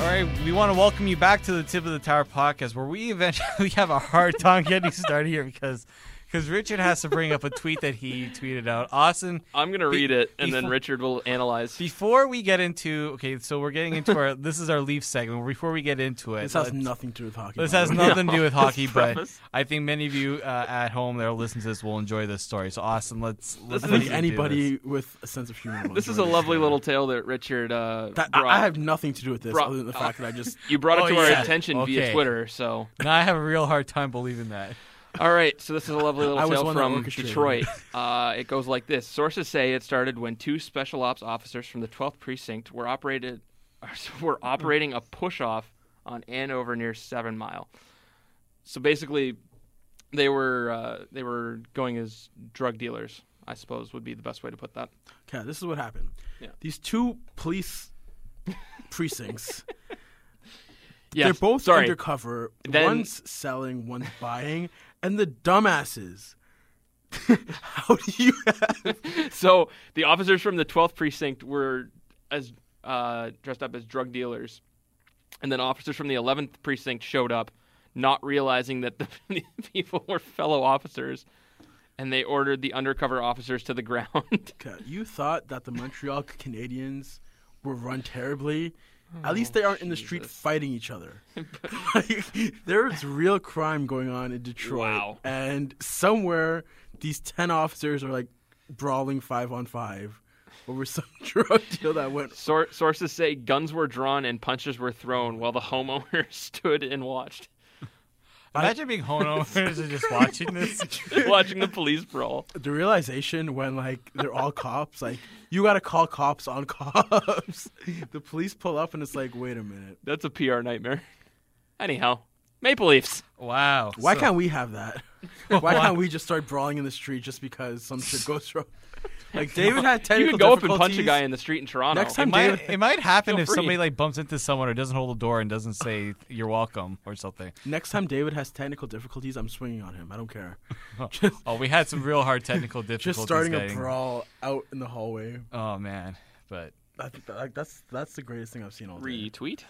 All right, we want to welcome you back to the Tip of the Tower podcast, where we eventually have a hard time getting started here because because Richard has to bring up a tweet that he tweeted out. Austin, I'm gonna Be- read it, and then befo- Richard will analyze. before we get into okay, so we're getting into our this is our Leaf segment. Before we get into it, This has let's- nothing to do with hockey. This by has the way. nothing to do with hockey, but premise. I think many of you uh, at home that will listen to this will enjoy this story. So Austin, let's. let's This I let think you do this. anybody with a sense of humor. will this is a enjoy lovely story. little tale that Richard uh, That, I- brought. I have nothing to do with this Brought- other than the fact that I just. you brought it Oh, to our yeah. attention Okay. via Twitter. So, Now I have a real hard time believing that. all right. So this is a lovely I little was tale one that from orchestrated Detroit. Uh, it goes like this: Sources say it started when two special ops officers from the 12th precinct were operated were operating a push off on Andover near Seven Mile. So basically, they were uh, they were going as drug dealers. I suppose would be the best way to put that. Okay, this is what happened. Yeah. These two police precincts. Yes. They're both Sorry. undercover. Then- one's selling, one's buying, and the dumbasses. How do you? So the officers from the 12th precinct were as uh, dressed up as drug dealers, and then officers from the 11th precinct showed up, not realizing that the people were fellow officers, and they ordered the undercover officers to the ground. Okay, you thought that the Montreal Canadiens were run terribly. At least they aren't in the street Oh, Jesus. fighting each other. Like, there's real crime going on in Detroit, Wow. and somewhere these ten officers are like brawling five on five over some drug deal that went. Sor- sources say guns were drawn and punches were thrown while the homeowner stood and watched, Imagine being homeowners and just watching this. watching the police brawl. The realization when like they're all cops, like you got to call cops on cops. the police pull up, and it's like, wait a minute, That's a PR nightmare. Anyhow, Maple Leafs. Wow. Why So- can't we have that? Why can't we just start brawling in the street just because some shit goes wrong? Like David had You technical could go up and punch a difficulties. guy in the street in Toronto. Next time- It David- might, it might happen Feel if free. somebody like bumps into someone or doesn't hold a door and doesn't say you're welcome or something. Next time David has technical difficulties, I'm swinging on him. I don't care. Oh, we had some real hard technical difficulties. Just starting getting, a brawl out in the hallway. Oh man, but That, that, that's that's the greatest thing I've seen all day. Retweet.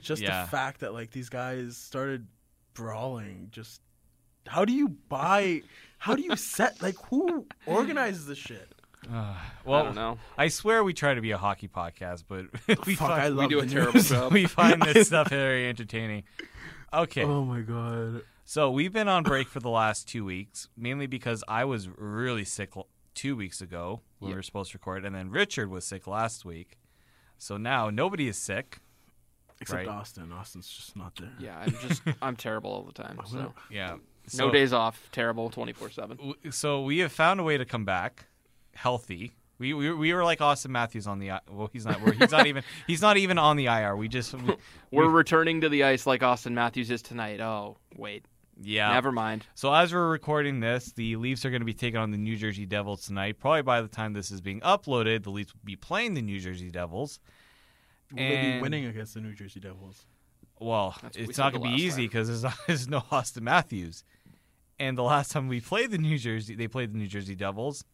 Just Yeah. the fact that like these guys started brawling. Just how do you buy? How do you set? Like who organizes this shit? uh, well, I don't know. I swear we try to be a hockey podcast, but we Fuck, I find love do a the terrible news. job. we find this stuff very entertaining. Okay, Oh my god. so we've been on break for the last two weeks, mainly because I was really sick l- two weeks ago when we were supposed to record, and then Richard was sick last week. So now nobody is sick. Except Right. Austin. Austin's just not there. Yeah, I'm just I'm terrible all the time. So Yeah. no So- days off. Terrible, twenty four seven. w- so we have found a way to come back healthy We, we, we were like Austin Matthews on the I- well he's not we're- he's not even he's not even on the IR we just we- We're returning to the ice like Austin Matthews is tonight. Oh, wait. yeah Never mind. So as we're recording this, the Leafs are going to be taking on the New Jersey Devils tonight. Probably by the time this is being uploaded, the Leafs will be playing the New Jersey Devils. Will they be And- winning against the New Jersey Devils? Well, That's what we it's said not the going to last be easy time. because there's, not- there's no Austin Matthews. And the last time we played the New Jersey, they played the New Jersey Devils.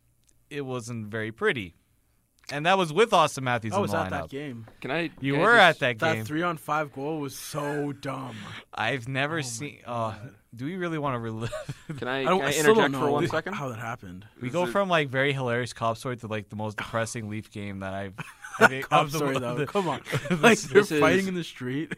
It wasn't very pretty, and that was with Austin Matthews I in was the at lineup. that game. Can I? You can I were just- at that That game. three on five goal was so dumb. I've never seen. Oh, do we really want to relive? Can I, I, can don't, I I still don't interject know for one second? how that happened. We Is go it- from like very hilarious cop story to like the most depressing Leaf game that I've. I think, I'm of the- sorry of though. the- Come on, this- like they're this is- fighting in the street.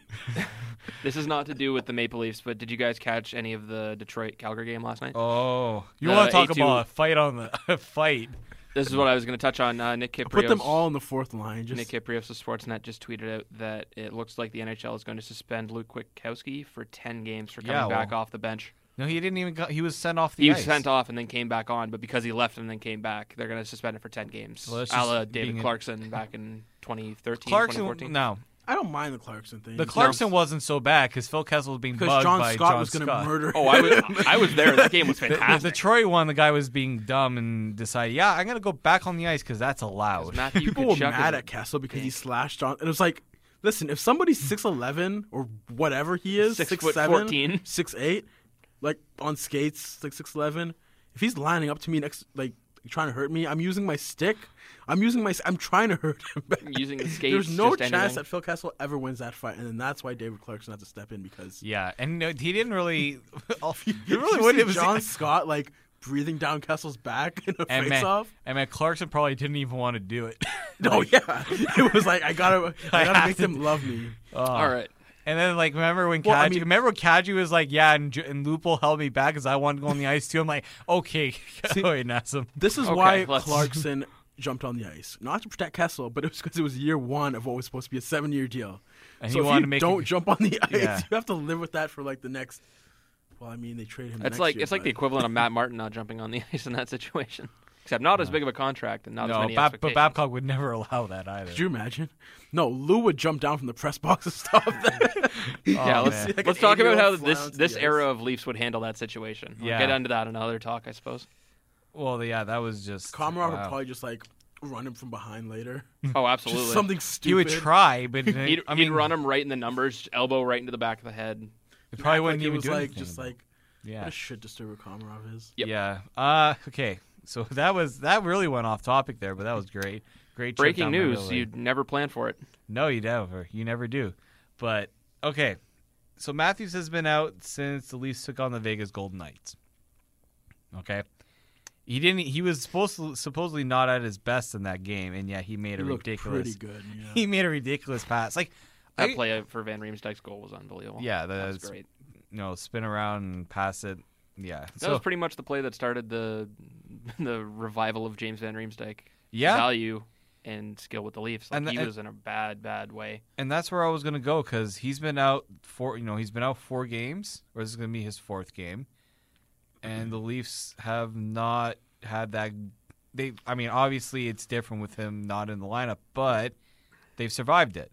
This is not to do with the Maple Leafs, but did you guys catch any of the Detroit Calgary game last night? Oh, you Uh, want to talk A2. about a fight on the a fight? This is what I was going to touch on. Uh, Nick Kiprios. Put them all in the fourth line. Just Nick Kiprios of Sportsnet just tweeted out that it looks like the NHL is going to suspend Luke Kwiatkowski for 10 games for coming Yeah, back well, off the bench. No, he didn't even. Go, he was sent off the He ice. was sent off and then came back on, but because he left and then came back, they're going to suspend him for 10 games. Well, that's a la just David being a- Clarkson back in 2013, Clarkson. 2014. No, I don't mind the Clarkson thing. the Clarkson wasn't so bad because Phil Kessel was being because bugged John by Scott John was going to Scott. murder. Oh, I was, him. I was there. The game was The, the fantastic. Detroit one, the guy was being dumb and decided, yeah, I'm gonna go back on the ice because that's allowed. Matthew People were Tkachuk mad is- at Kessel because he slashed on, and it was like, listen, if somebody's six eleven or whatever he is, Six six foot seven, 14. six eight, like on skates, like six eleven, if he's lining up to me next, like trying to hurt me, I'm using my stick. I'm using my. s- I'm trying to hurt him. Back. Using the skates, There's no just chance anything. that Phil Kessel ever wins that fight, and then that's why David Clarkson had to step in because Yeah, and no, he didn't really. he you really see wouldn't. It was John Scott like breathing down Kessel's back in a and man, face-off. and man, Clarkson probably didn't even want to do it. No, yeah, it was like I gotta, I I have gotta make to them do- love me. all right. Uh, And then, like, remember when Kaji? Well, I mean- remember when Kaji was like, "Yeah," and, J- and Lupo held me back because I wanted to go on the ice too. I'm like, "Okay, See- wait, Nassim." This is Okay, why let's- Clarkson jumped on the ice, not to protect Kessel, but it was because it was year one of what was supposed to be a seven-year deal. And so he if wanted you to make a- don't jump on the ice, Yeah. you have to live with that for like the next. Well, I mean, they trade him. It's next like year, it's like the but- equivalent of Matt Martin not jumping on the ice in that situation, except not as big of a contract and not as No, many Bab- but expectations. Babcock would never allow that either. Could you imagine? No, Lou would jump down from the press box and stop that. yeah, Oh, let's man. like let's an talk about how eight-year-old fly this onto this the ice. era of Leafs would handle that situation. We'll Yeah. get into that in another talk, I suppose. Well, yeah, that was just. Komarov would wow. probably just like run him from behind later. Oh, Just absolutely. something stupid. He would try, but He'd, I mean, he'd run him right in the numbers, elbow right into the back of the head. It Act probably like wouldn't it even was do like anything. just like yeah, what a shit disturber Komarov is. Yep. yeah. Uh, okay, so that was that really went off topic there, but that was great. Great. trip Breaking down memory news! lane. You'd never plan for it. No, you never. You never do. But okay, so Matthews has been out since the Leafs took on the Vegas Golden Knights. Okay, he didn't. He was supposed to, supposedly not at his best in that game, and yet he made a He looked ridiculous. pretty good. Yeah. He made a ridiculous pass. Like That I- play for Van Riemsdyk's goal was unbelievable. Yeah, that was that's- great. you know, spin around and pass it. Yeah. That was pretty much the play that started the the revival of James Van Riemsdyk. Yeah. value and skill with the Leafs. Like And the- he and- was in a bad, bad way. and that's where I was gonna go because he's been out four. You know, he's been out four games, or this is gonna be his fourth game, and the Leafs have not had that. They, I mean, obviously it's different with him not in the lineup, but they've survived it,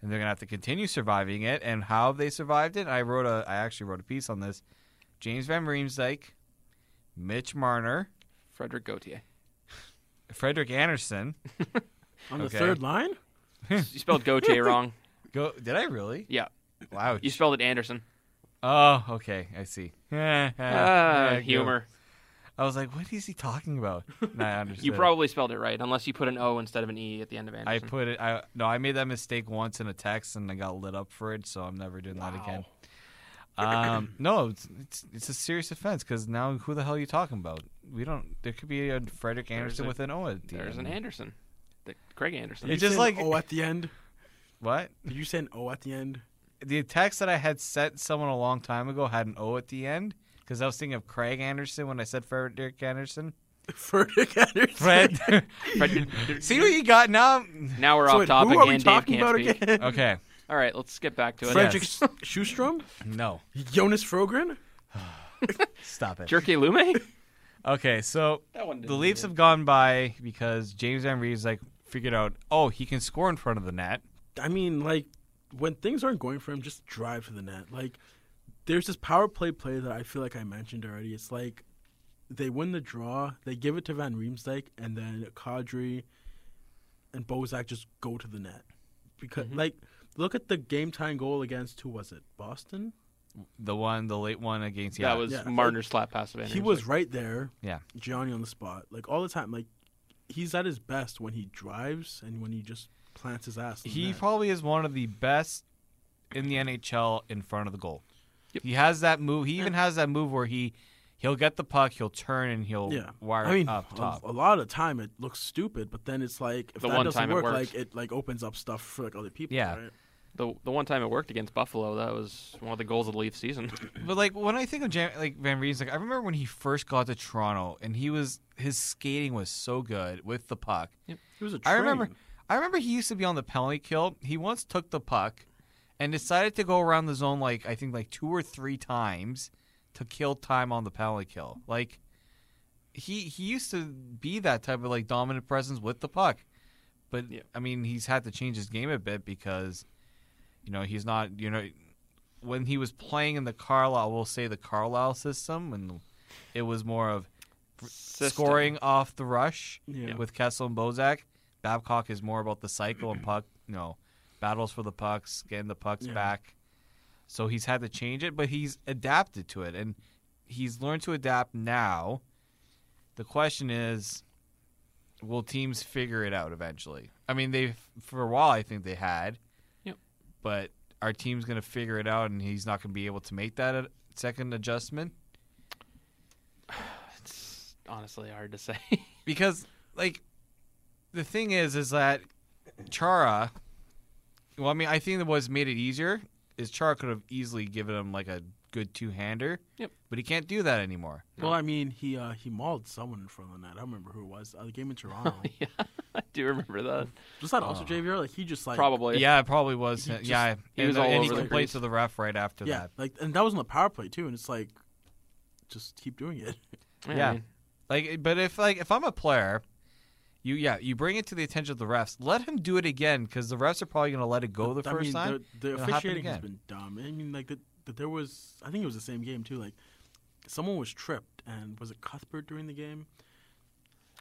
and they're gonna have to continue surviving it. And how have they survived it? I wrote a, I actually wrote a piece on this. James Van Riemsdyk, Mitch Marner, Frederick Gauthier. Frederick Anderson. On the Okay. third line, you spelled Gauthier wrong. Go, did I really? Yeah, Wow. you spelled it Anderson. Oh, okay, I see. Ah, Yeah, go. humor. I was like, what is he talking about? And I understood. You probably spelled it right, unless you put an O instead of an E at the end of I Anderson. put it. I no, I made that mistake once in a text, and I got lit up for it. So I'm never doing that again. Um, no, it's, it's it's a serious offense because now who the hell are you talking about? We don't. There could be a Frederick Anderson a- with an O at the There's an end. Anderson. The, Craig Anderson. Did It's you just say an like- O at the end. What? Did you say an O at the end? The text that I had sent someone a long time ago had an O at the end because I was thinking of Craig Anderson when I said Frederick Anderson. Frederick Anderson. Fred. Fred- See what you got now. now we're So off wait, topic who are we and Dave talking can't about speak. Oh, again? Okay. All right, let's get back to it. Frederick Yes. Shoestrom, No. Jonas Frogren. Stop it. Jerky Lume? Okay, so That one the didn't Leafs do it. have gone by because James Van Reeves like figured out, oh, he can score in front of the net. I mean, like when things aren't going for him, just drive to the net. Like there's this power play play that I feel like I mentioned already. It's like they win the draw, they give it to Van Riemsdyk, and then Kadri and Bozak just go to the net because Mm-hmm. like look at the game time goal against who was it? Boston. The one, the late one against yeah, That was Yeah. Marner's slap pass to Van He Riemsdyk. was right there, yeah. Gianni on the spot, like all the time. Like he's at his best when he drives and when he just plants his ass. in the He net. probably is one of the best in the NHL in front of the goal. Yep. He has that move. He even has that move where he he'll get the puck, he'll turn and he'll yeah. wire I mean, up a- top. A, lot of the time it looks stupid, but then it's like if The that one doesn't time it work, works. like it like opens up stuff for like other people. Yeah. right? the the one time it worked against Buffalo. That was one of the goals of the Leafs season. But like when I think of Jam- like Van Rees, like I remember when he first got to Toronto and he was his skating was so good with the puck. It was a train. I remember I remember he used to be on the penalty kill. He once took the puck and decided to go around the zone like I think like two or three times to kill time on the penalty kill. Like he he used to be that type of like dominant presence with the puck. But Yeah. I mean he's had to change his game a bit because you know, he's not you know when he was playing in the Carlisle, we'll say the Carlisle system and it was more of System. scoring off the rush Yeah. with Kessel and Bozak. Babcock is more about the cycle and puck, you know, battles for the pucks, getting the pucks Yeah. back. So he's had to change it, but he's adapted to it and he's learned to adapt now. The question is will teams figure it out eventually? I mean, they for a while I think they had. Yep. But our team's going to figure it out and he's not going to be able to make that a- second adjustment? It's honestly hard to say. because like the thing is is that chara well i mean i think that what's made it easier is chara could have easily given him like a good two-hander Yep. but he can't do that anymore Well, I mean, he uh, he mauled someone in front of the net. I don't remember who it was. Uh, the game in Toronto. Oh, yeah, I do remember that. Was that also JVR? Like he just like Probably. yeah it probably was He just- yeah he and, was all and over he the complained place. to the ref right after Yeah, that like and that was on the power play too, and it's like just keep doing it. Yeah. I mean, like but if like if i'm a player you yeah you bring it to the attention of the refs let him do it again because the refs are probably going to let it go the I first mean, time The, it'll the happen officiating has again. been dumb. I mean, like the, the, there was, I think it was the same game too. Like someone was tripped, and was it Cuthbert during the game?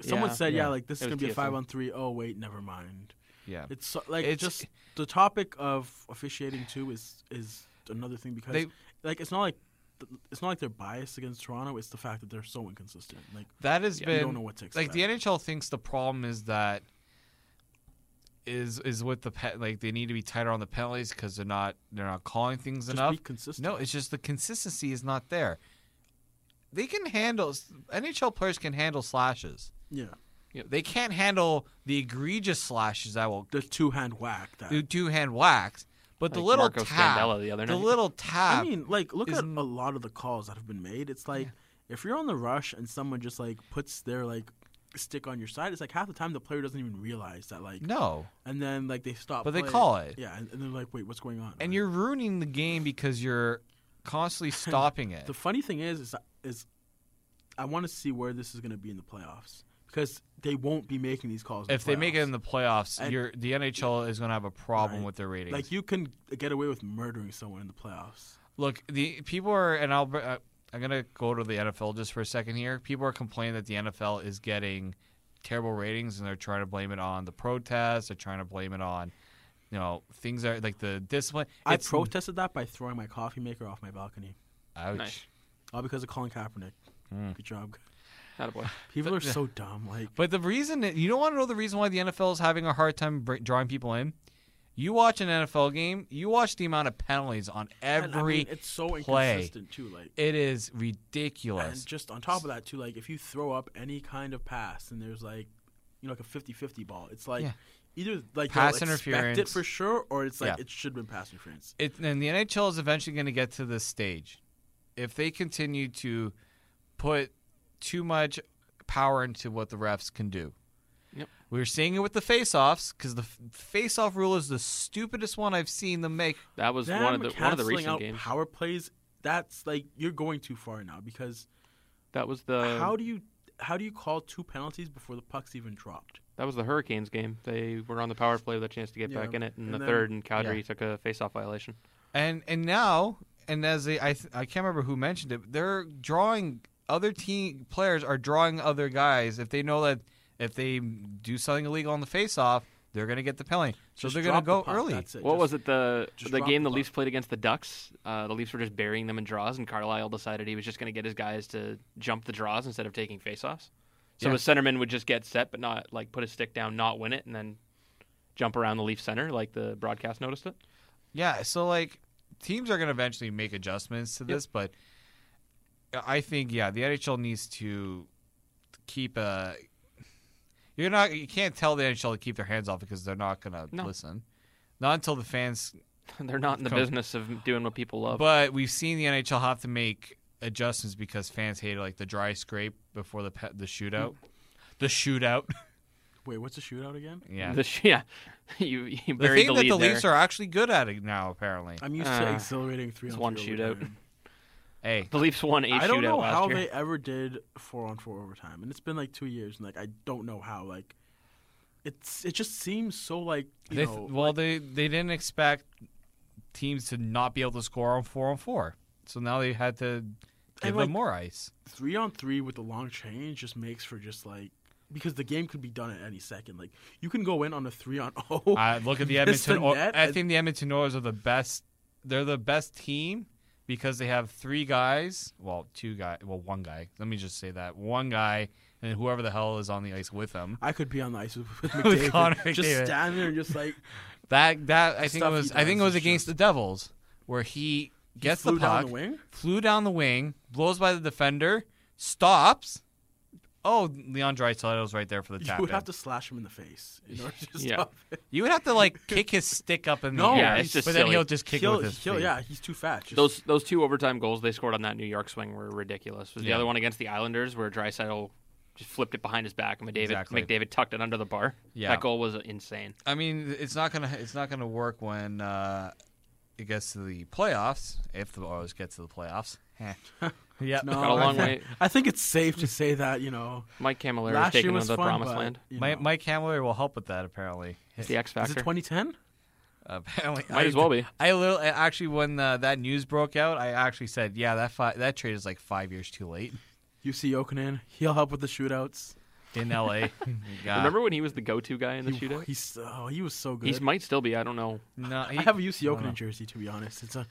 Someone Yeah. said, "Yeah, Yeah. like this is It was gonna be a TSM. five on three. Oh wait, never mind. yeah It's so, like It's- just the topic of officiating too is is another thing because They- like it's not like th- it's not like they're biased against Toronto. It's the fact that they're so inconsistent. Like that has Yeah, been you don't know what to expect. like the NHL thinks the problem is that is is with the pet like they need to be tighter on the penalties because they're not they're not calling things just enough. be consistent. No, it's just the consistency is not there. They can handle NHL players can handle slashes. yeah, They can't handle the egregious slashes that will the two hand whack. That do two hand whacks, but the Like little Marco tap, Scandella the other night. little tap. I mean, like, look at a isn't- lot of the calls that have been made. It's like if you're on the rush and someone just like puts their like stick on your side, it's like half the time the player doesn't even realize that like, no, and then like they stop. But they play. call it. Yeah, and, and they're like, wait, what's going on? and you're ruining the game because you're constantly stopping it. The funny thing is, is is I want to see where this is going to be in the playoffs because they won't be making these calls. in if they make it playoffs. in the playoffs, And- you're, the NHL is going to have a problem Right. with their ratings. like you can get away with murdering someone in the playoffs. Look, the people are, and I'll, br- uh, I'm gonna go to the NFL just for a second here. People are complaining that the NFL is getting terrible ratings, and they're trying to blame it on the protests. They're trying to blame it on, you know, things that are like the discipline. I It's- protested that by throwing my coffee maker off my balcony, Ouch. Nice. all because of Colin Kaepernick. Hmm. Good job. Attaboy. People are so dumb. Like But the reason that- you don't want to know the reason why the NFL is having a hard time br- drawing people in. You watch an NFL game. You watch the amount of penalties on every. and I mean, it's so play. inconsistent too. Like It is ridiculous. and just on top of that too, like if you throw up any kind of pass and there's like you know like a 50-50 ball, it's like Yeah. either like Pass they'll expect it interference. for sure, or it's like Yeah. it should have been pass interference. it, and the NHL is eventually going to get to this stage. If they continue to put too much power into what the refs can do, Yep. we were seeing it with the face-offs because the f- face-off rule is the stupidest one I've seen them make. That was Them one of the one of the canceling recent out games. power plays. That's like you're going too far now because That was the how do you how do you call two penalties before the puck's even dropped? That was the Hurricanes game. They were on the power play with a chance to get Yeah, back in it in and the then- third, and Kadri Yeah. took a face-off violation. And and now, and as they, I th- I can't remember who mentioned it, they're drawing other team players are drawing other guys if they know that if they do something illegal on the face-off, they're gonna get the penalty. So Just they're gonna drop go the puck, early. That's it. What Just- was it the just the drop game the the Leafs puck. played against the Ducks? Uh, the Leafs were just burying them in draws, and Carlisle decided he was just going to get his guys to jump the draws instead of taking faceoffs. So Yeah. the centerman would just get set, but not like put his stick down, not win it, and then jump around the Leaf center like the broadcast noticed it. Yeah, so like teams are going to eventually make adjustments to this, but I think yeah, the NHL needs to keep a. You're not. You can't tell the NHL to keep their hands off because they're not going to No. listen. Not until the fans. They're not in the Come- business of doing what people love. But we've seen the NHL have to make adjustments because fans hated like the dry scrape before the pe- the shootout. Mm. The shootout. Wait, what's the shootout again? yeah. The sh- yeah, you, you The buried thing the that lead the there. Leafs are actually good at it now, apparently. I'm used Uh, to exhilarating three it's on one three shootout. overtime. Hey, the Leafs won eight I don't shootout know last how year. they ever did four on four overtime, and it's been like two years, and like I don't know how. Like, it's it just seems so like you They th- know. well, they they didn't expect teams to not be able to score on four on four, so now they had to give like- them more ice. three on three with the long change just makes for just like because the game could be done at any second. Like you can go in on a three on oh. Uh, look at the Miss the Edmonton. Oil- net I and- think the Edmonton Oilers are the best. They're the best team because they have three guys. Well, two guy. Well, one guy. Let me just say that one guy, and whoever the hell is on the ice with them. I could be on the ice with, with With McDavid, Connor just McDavid. stand there and just like That that I think it Stuff he was. I think does it was is against the Devils where he gets flew the down puck. the wing. flew down the wing, blows by the defender, stops. Oh, Leon Draisaitl was right there for the You tap. would in. have to slash him in the face in order to Yeah. stop it. you would have to like kick his stick up in the No, air, Yeah, it's just but then silly. he'll just kick He'll- it with his he'll- feet. yeah, he's too fat. Just, Those those two overtime goals they scored on that New York swing were ridiculous. Was the Yeah. other one against the Islanders where Drysdale just flipped it behind his back and McDavid Exactly. McDavid tucked it under the bar. Yeah. That goal was insane. I mean, it's not gonna it's not gonna work when uh, it gets to the playoffs if the Oilers get to the playoffs. yeah, no, got a long I think, way. I think it's safe to say that you know Mike Camilleri is last year taking him was to the fun, promised but, land. you Mike, know. Mike Hamler will help with that apparently. It's the X is it factor. 2010? Apparently, Might I- as well be. I little actually when uh, that news broke out, I actually said, "Yeah, that fi- that trade is like five years too late." UC Okunin, he'll help with the shootouts. in LA. Yeah. Remember when he was the go-to guy in the He, shootout? he's oh, he was so good. He might still be. I don't know. No, he, I have a UC no. Okunin jersey to be honest. It's a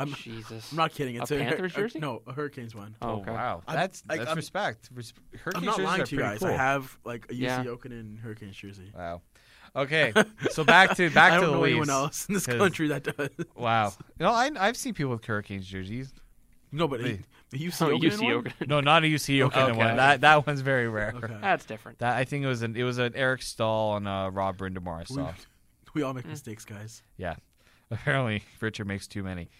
I'm, Jesus. I'm not kidding. It's a, Panthers a- jersey? no, a Hurricanes one. Oh, Oh okay. wow, I'm- that's like, that's I'm- respect. Res- Hurricane I'm not jerseys lying are to you pretty guys. Cool. I have like a UC Yeah. Okunin Hurricanes jersey. wow. Okay, so back to back I to don't the know anyone Leafs. else in this 'cause- country that does. Wow. No, I I've seen people with Hurricanes jerseys. No, but Wait. the UC Oh, Okunin UC one? Oakland. No, not a UC Okinawa. Okay. That that one's very rare. Okay. That's different. That I think it was an it was an Eric Stahl and uh, Rob Brindamore. I saw. We all make Hmm. mistakes, guys. yeah, apparently Richard makes too many.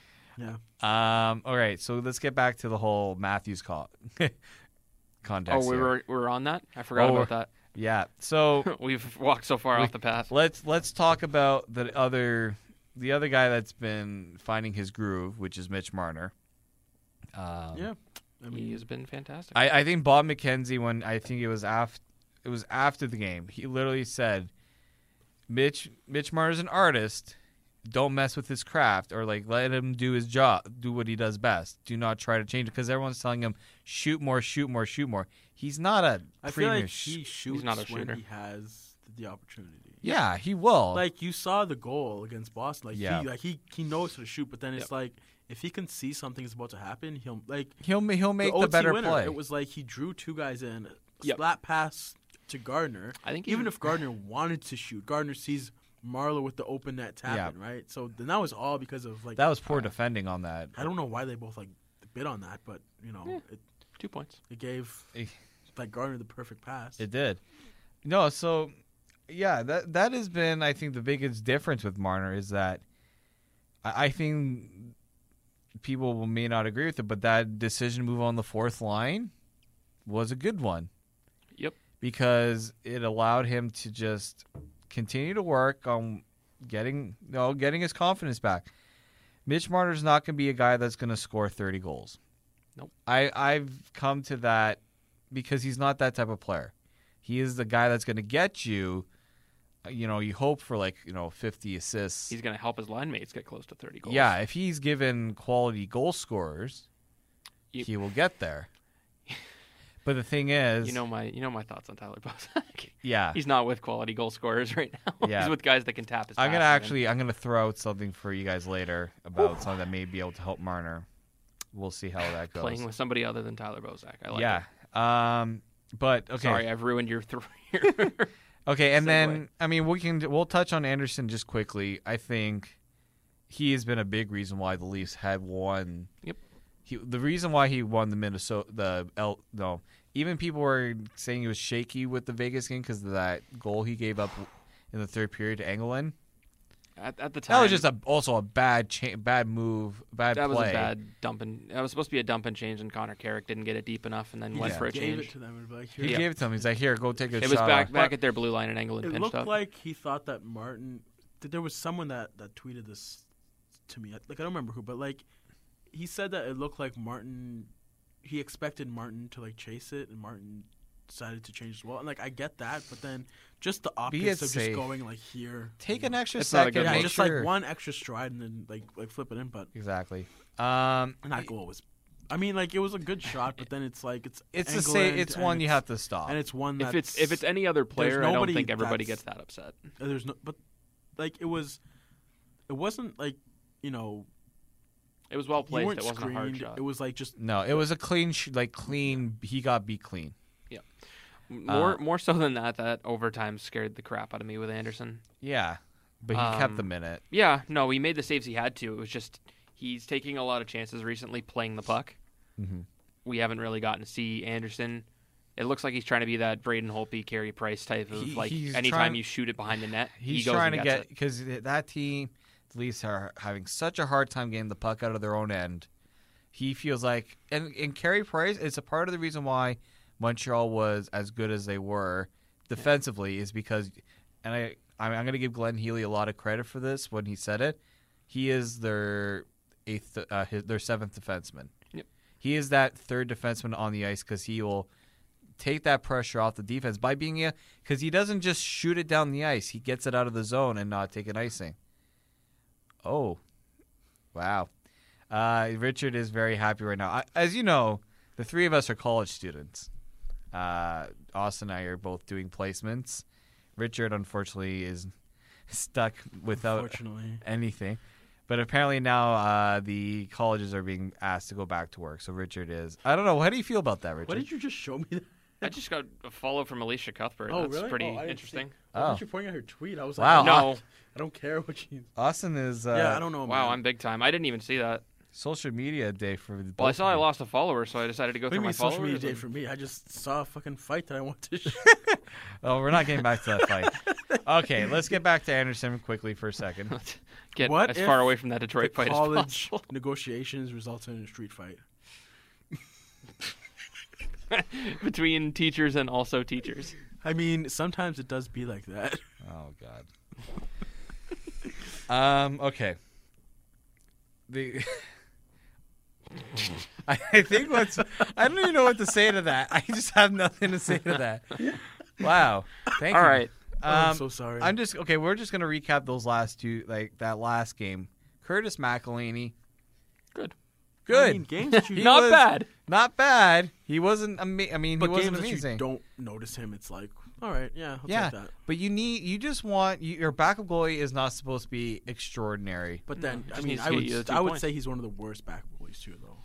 Yeah. Um. All right, so let's get back to the whole Matthews call Oh, context. we here. were we were on that. I forgot Oh, about Yeah. So that. We've walked so far off the path. Let's let's talk about the other the other guy that's been finding his groove, which is Mitch Marner. Um, Yeah. I mean, He has been fantastic. I, I think Bob McKenzie when I think it was after it was after the game, he literally said, "Mitch Mitch Marner's an artist. Don't mess with his craft, or like let him do his job, do what he does best. Do not try to change it because everyone's telling him shoot more, shoot more, shoot more. He's not a I feel premier like sh- he shoots not a shooter. when he has the opportunity. yeah, he will. Like you saw the goal against Boston. Like Yeah. he like he, he knows how to shoot, but then it's like if he can see something is about to happen, he'll like he'll ma- he'll make the, OT better winner, play. It was like he drew two guys in, Yep. slap pass to Gardner. I think even he- if Gardner wanted to shoot, Gardner sees Marlowe with the open net tapping, right? So then that was all because of like that was poor defending on that. I don't know why they both like bid on that, but you know Eh. it, Two points. it gave like Gardner the perfect pass. It did. No, so yeah, that that has been I think the biggest difference with Marner is that I, I think people will- may not agree with it, but that decision move on the fourth line was a good one Yep. because it allowed him to just continue to work on getting no getting his confidence back. Mitch Marner's not going to be a guy that's going to score 30 goals. Nope. I I've come to that because he's not that type of player. He is the guy that's going to get you. uh, You know, you hope for like you know 50 assists. He's going to help his line mates get close to 30 goals. yeah, if he's given quality goal scorers, You- he will get there. but the thing is, You know my you know my thoughts on Tyler Bozak. yeah, He's not with quality goal scorers right now. Yeah. He's with guys that can tap his I'm gonna pass and- actually I'm gonna throw out something for you guys later about something that may be able to help Marner. We'll see how that goes. playing with somebody other than Tyler Bozak. I like yeah. it. Um. But okay. Sorry, I've ruined your three. Okay, and Segue. then I mean we can we'll touch on Anderson just quickly. I think he has been a big reason why the Leafs had won. Yep. He, the reason why he won the Minnesota the L no even people were saying he was shaky with the Vegas game because of that goal he gave up in the third period to Engelin. at, at the time, That was just a, also a bad cha- bad move, bad that play. was a bad dump and that was supposed to be a dump and change, and Connor Carrick didn't get it deep enough, and then went just for a Gave change. it to them and be like, here. He Yeah. gave it to him. He's like, "Here, go take a shot." It was back off." back at their blue line, and England It pinched looked up. like he thought that Martin. That there was someone that that tweeted this to me. Like I don't remember who, but like he said that it looked like Martin. He expected Martin to like chase it, and Martin decided to change as well. And like I get that, but then just the optics of safe. just going like here, Take and- an extra It's not a second. good yeah, move. make just sure- like one extra stride and then like like flip it in. But Exactly. Um, and that goal was, I mean, like it was a good shot, but then it's like it's it's the England same. It's and one you it's- have to stop. and it's one if that's it's if it's any other player, I don't nobody think everybody gets that's- that upset. Uh, There's no, but like it was, it wasn't like you know It was well you placed. weren't It wasn't a hard screened. shot. It was like just no, it was a clean, sh- like clean. He got beat clean. Uh, more more so than that, that overtime scared the crap out of me with Anderson. Yeah, but he kept Um, the minute. Yeah, no, he made the saves he had to. It was just he's taking a lot of chances recently playing the puck. Mm-hmm. Mhm. We haven't really gotten to see Anderson. It looks like he's trying to be that Braden Holpe, Carey Price type of He- like. he's Anytime trying- you shoot it behind the net, He's he goes trying to and gets get because that team, the Leafs are having such a hard time getting the puck out of their own end. He feels like, and and Carey Price is a part of the reason why Montreal was as good as they were defensively is because, and I I'm, I'm going to give Glenn Healy a lot of credit for this when he said it. He is their eighth, uh, his, their seventh defenseman. Yep. He is that third defenseman on the ice because he will take that pressure off the defense by being a because he doesn't just shoot it down the ice. He gets it out of the zone and not take an icing. Oh, wow! Uh, Richard is very happy right now. I, as you know, the three of us are college students. Uh, Austin and I are both doing placements. Richard, unfortunately, is stuck without unfortunately. anything. But apparently now uh, the colleges are being asked to go back to work. So Richard is. I don't know. How do you feel about that, Richard? What did you just show me? That? it. I just got a follow from Alicia Cuthbert. Oh, That's really? pretty Oh, I didn't interesting. see- I thought Oh. you were pointing at her tweet. I was Wow. like, No. No, I don't care what you. Austin is. Uh, yeah, I don't know. wow, Oh, man. I'm big time. I didn't even see that. Social media day for. the Well, I both saw I of you. lost a follower, so I decided to go What do through you my mean social media followers. day and- for me? I just saw a fucking fight that I wanted to. Show. Oh, we're not getting back to that fight. okay, let's get back to Anderson quickly for a second. Let's get What as far if away from that Detroit fight as college possible. negotiations resulted in a street fight. between teachers and also teachers. I mean, sometimes it does be like that. Oh God. Um. Okay. The. I I think what's I don't even know what to say to that. I just have nothing to say to that. Wow. Thank All you. right. Oh, Um, I'm so sorry. I'm just okay. We're just gonna recap those last two, like that last game. Curtis McElhaney, Good. good, I mean, games that you, Not was- bad. not bad. He wasn't. Ama- I mean, but he wasn't games that amazing. you don't notice him. It's like, all right, yeah, I'll yeah, take that. but you need. You just want you, your backup goalie is not supposed to be extraordinary. But then, he I just mean, needs to I get would, you the st- two I would points. say he's one of the worst back goalies too, though.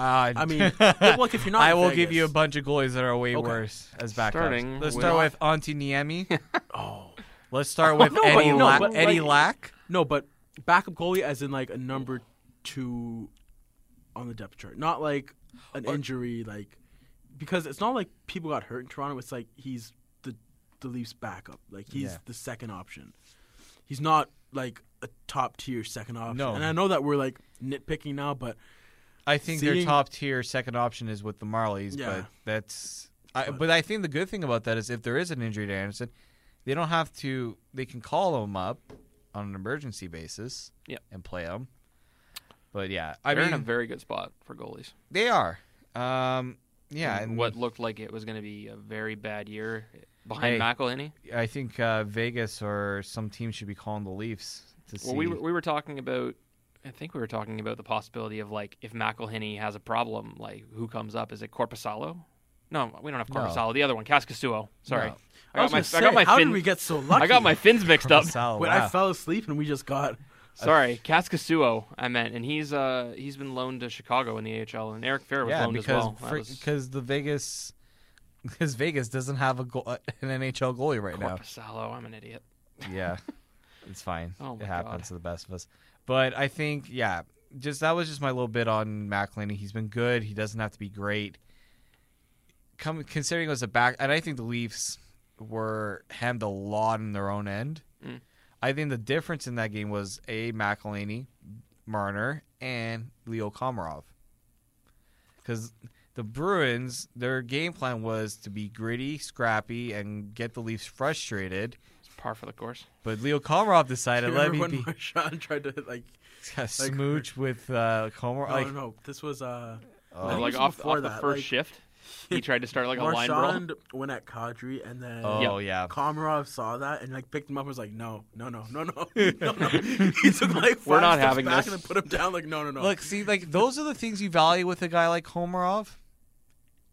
Uh, I mean, but look, if you're not, I in will Vegas- give you a bunch of goalies that are way Okay. worse as backups. Starting Let's with- start with Auntie Niemi. Oh Let's start with No, but Eddie, you know, Lack. but, Eddie like- Lack. no, but backup goalie as in like a number two on the depth chart, not like an injury, like because it's not like people got hurt in Toronto. It's like he's the the Leafs backup, like he's Yeah. the second option. He's not like a top tier second option. No. and I know that we're like nitpicking now, but I think their Seeing- top tier second option is with the Marlies, Yeah. but that's. I, but I think the good thing about that is if there is an injury to Anderson, they don't have to. They can call him up on an emergency basis Yep. and play him. But yeah, I They're in mean a very good spot for goalies. they are. Um, Yeah, in and- what looked like it was going to be a very bad year Hey. behind McElhinney. I think uh, Vegas or some team should be calling the Leafs to see. Well, we were, we were talking about, I think we were talking about the possibility of like if McElhinney has a problem, like who comes up? Is it Corpusalo? No, we don't have No. Corpusalo. The other one, Cascasuo. Sorry, No. I got was my I got gonna say, my how fin, did we get so lucky? I got my fins mixed up. Sal, when Oh, wow. I fell asleep and we just got Sorry, Cascasuo. I meant, and he's uh he's been loaned to Chicago in the AHL, and Eric Fair was yeah, loaned as because well. That was- because the Vegas because Vegas doesn't have a goal, an NHL goalie right now. Corpusalo, I'm an idiot. yeah, it's fine. Oh it my happens God. to the best of us. But I think, yeah, just that was just my little bit on McElhinney. He's been good. He doesn't have to be great. Come considering it was a back, and I think the Leafs were hemmed a lot on their own end. Mm. I think the difference in that game was a McElhinney, Marner, and Leo Komarov. Because the Bruins, their game plan was to be gritty, scrappy, and get the Leafs frustrated. It's par for the course. But Leo Komarov decided let me when be Marshawn tried to like a smooch with uh, Komarov. no, like, no, no, this was uh Oh. I think like it was off, before off the that, first like, shift, he tried to start like a line brawl. Marchand went at Kadri and then Oh yeah, Komarov saw that and like picked him up. and Was like, no, no, no, no, no, no. no. he took like 5 We're not steps having back this. and then put him down. Like, no, no, no. Look, see, like those are the things you value with a guy like Komarov.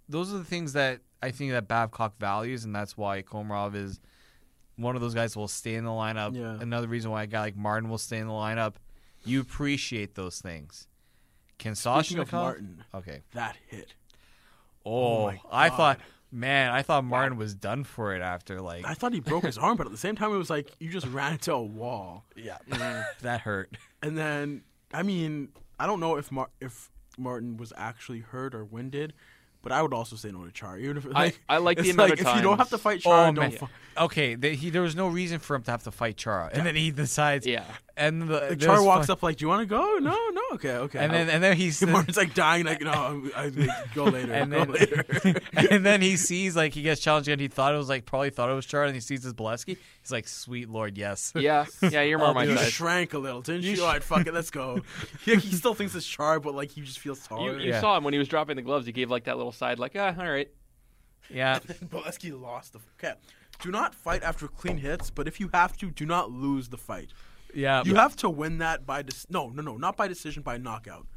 Those are the things that I think that Babcock values, and that's why Komarov is one of those guys that will stay in the lineup. Yeah. Another reason why a guy like Martin will stay in the lineup. You appreciate those things. Can Speaking of Soshnikov? Martin, Okay. that hit. Oh, my I God. thought, man, I thought Martin was done for it after like I thought he broke his arm, but at the same time, it was like you just ran into a wall. Yeah. that hurt. And then, I mean, I don't know if Mar- if Martin was actually hurt or winded, but I would also say no to Char. Even if like, I like the it's amount like, of if you don't have times- to fight Char, Oh, don't. man. Fi- Okay, they, he, there was no reason for him to have to fight Chara, and then he decides. Yeah. And the like, there's Char walks fun- up like, "Do you want to go? No, no, okay, okay." Oh, and then and then he's Martin's like dying, like, "No, I'm, I go later, and go then later." and then he sees like he gets challenged and he thought it was like probably thought it was Chara, and he sees his Bolesky. He's like, "Sweet Lord, yes." Yeah, yeah, you're more Oh, my You dude. size. shrank a little, didn't you? All right, fuck it, let's go. He, he still thinks it's Char, but like he just feels You, taller. you Yeah. saw him when he was dropping the gloves. He gave like that little side, like, ah, all right. Yeah. Bolesky lost the okay. Do not fight after clean hits, but if you have to, do not lose the fight. Uh, Yeah. You have to win that by dis- no, no, no, not by decision, by knockout.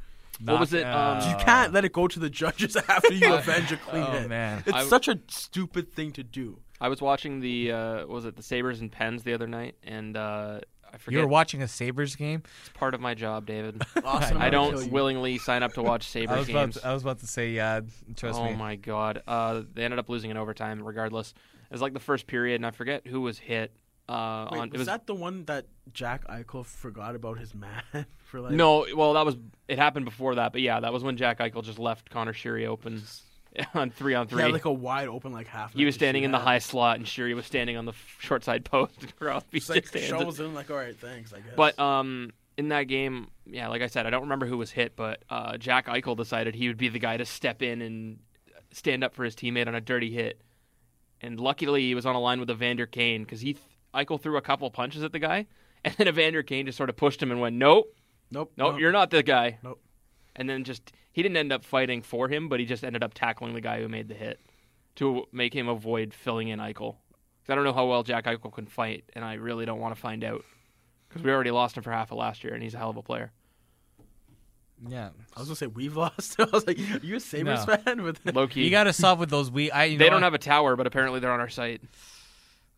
What was it, Knock- um, You can't let it go to the judges after you avenge a clean Uh. Oh, hit. man. It's I- such a stupid thing to do. I was watching the uh, was it the Sabers and Pens the other night, and uh, I you forget were watching a Sabres game. it's part of my job, David. Austin, I'm I gonna kill don't you. willingly sign up to watch I Sabers was about games. to, I was about to say, yeah, trust oh me. my god, uh, they ended up losing in overtime. Regardless, it was like the first period, and I forget who was hit. Uh, Wait, on, was, it was that the one that Jack Eichel forgot about his man for like? No, well, that was it happened before that, but yeah, that was when Jack Eichel just left Connor Sheary open on three on three. yeah, like a wide open like half. he was standing in the high. high slot, and Sheary was standing on the f- short side post. and Crosby Just like just hands it. shovels in like all right, thanks. I guess. But um, in that game, yeah, like I said, I don't remember who was hit, but uh, Jack Eichel decided he would be the guy to step in and stand up for his teammate on a dirty hit. And luckily, he was on a line with Evander Kane because he Eichel threw a couple punches at the guy, and then Evander Kane just sort of pushed him and went, "Nope, nope, nope, you're not the guy." Nope. And then just he didn't end up fighting for him, but he just ended up tackling the guy who made the hit to make him avoid filling in Eichel. 'Cause I don't know how well Jack Eichel can fight, and I really don't want to find out because we already lost him for half of last year, and he's a hell of a player. Yeah. I was gonna say we've lost. I was like, you a Sabres No. fan? But then, Low key, You got to stop with those we. I, you they know don't what? have a tower, but apparently they're on our site.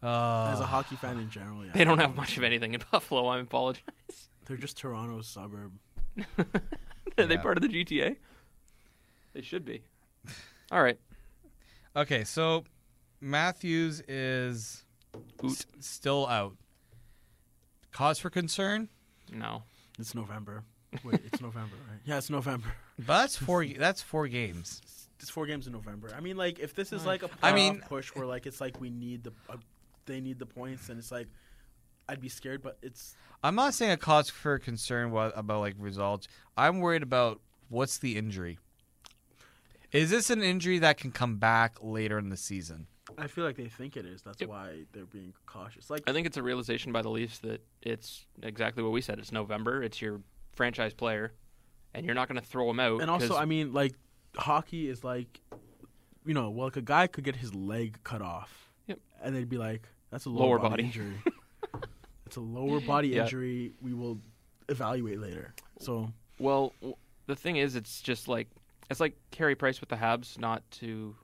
Uh, as a hockey fan in general, yeah, They don't have much of anything in Buffalo. I apologize. They're just Toronto's suburb. Are they Yeah. part of the GTA? They should be. All right. Okay, so Matthews is s- still out. Cause for concern, No. It's November. Wait, it's November, right? Yeah, it's November. but that's four. that's four games. It's four games in November. I mean, like if this is like a I playoff mean- push where like it's like we need the, uh, they need the points, and it's like, I'd be scared, but it's I'm not saying a cause for concern wa- about like results. I'm worried about what's the injury. Is this an injury that can come back later in the season? I feel like they think it is. That's Yep. why they're being cautious. Like I think it's a realization by the Leafs that it's exactly what we said. It's November. It's your franchise player, and you're not going to throw him out. and also 'cause- i mean like hockey is like you know, well, like a guy could get his leg cut off, Yep. and they'd be like, "That's a lower, Lower body, body. injury. it's a lower body Yeah. injury. We will evaluate later." So Well, w- the thing is, it's just like it's like Carey Price with the Habs, not to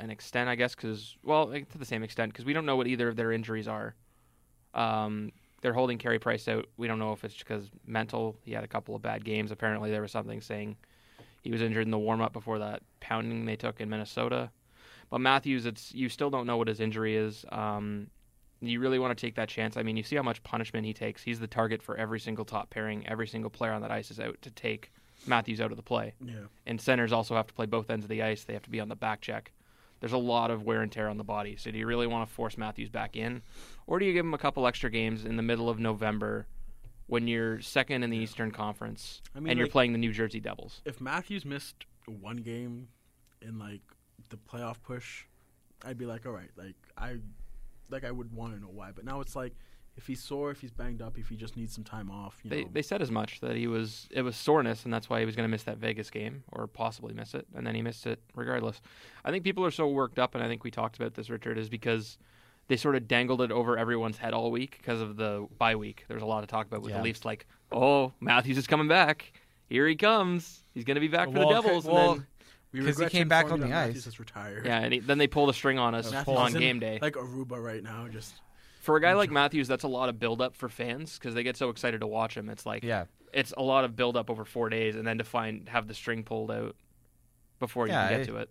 an extent, I guess, because well, like, to the same extent, because we don't know what either of their injuries are. Um, they're holding Carey Price out. We don't know if it's because mental. He had a couple of bad games. Apparently, there was something saying he was injured in the warm up before that pounding they took in Minnesota. But Matthews, it's you still don't know what his injury is. Um, you really want to take that chance. I mean, you see how much punishment he takes. He's the target for every single top pairing. Every single player on that ice is out to take Matthews out of the play. yeah, And centers also have to play both ends of the ice. They have to be on the back check. There's a lot of wear and tear on the body. So do you really want to force Matthews back in, or do you give him a couple extra games in the middle of November? When you're second in the Eastern Conference I mean, and you're like- playing the New Jersey Devils, if Matthews missed one game in like the playoff push, I'd be like, "All right, like I, like I would want to know why." But now it's like, if he's sore, if he's banged up, if he just needs some time off, you They know, they said as much that he was it was soreness and that's why he was going to miss that Vegas game or possibly miss it and then he missed it regardless. I think people are so worked up and I think we talked about this Richard is because they sort of dangled it over everyone's head all week because of the bye week. There's a lot of talk about with Yeah. the Leafs like, "Oh, Matthews is coming back. Here he comes. He's going to be back for Well, the Devils." well, and we 'Cause he regret to came back inform you on the that ice. Matthews is retired. then yeah, and he, then they pulled a string on us Matthews Paul. on is in, game day. like Aruba right now, just for a guy like Matthews, that's a lot of build up for fans because they get so excited to watch him. It's like Yeah. it's a lot of build up over four days, and then to find have the string pulled out before you Yeah, can it- get to it.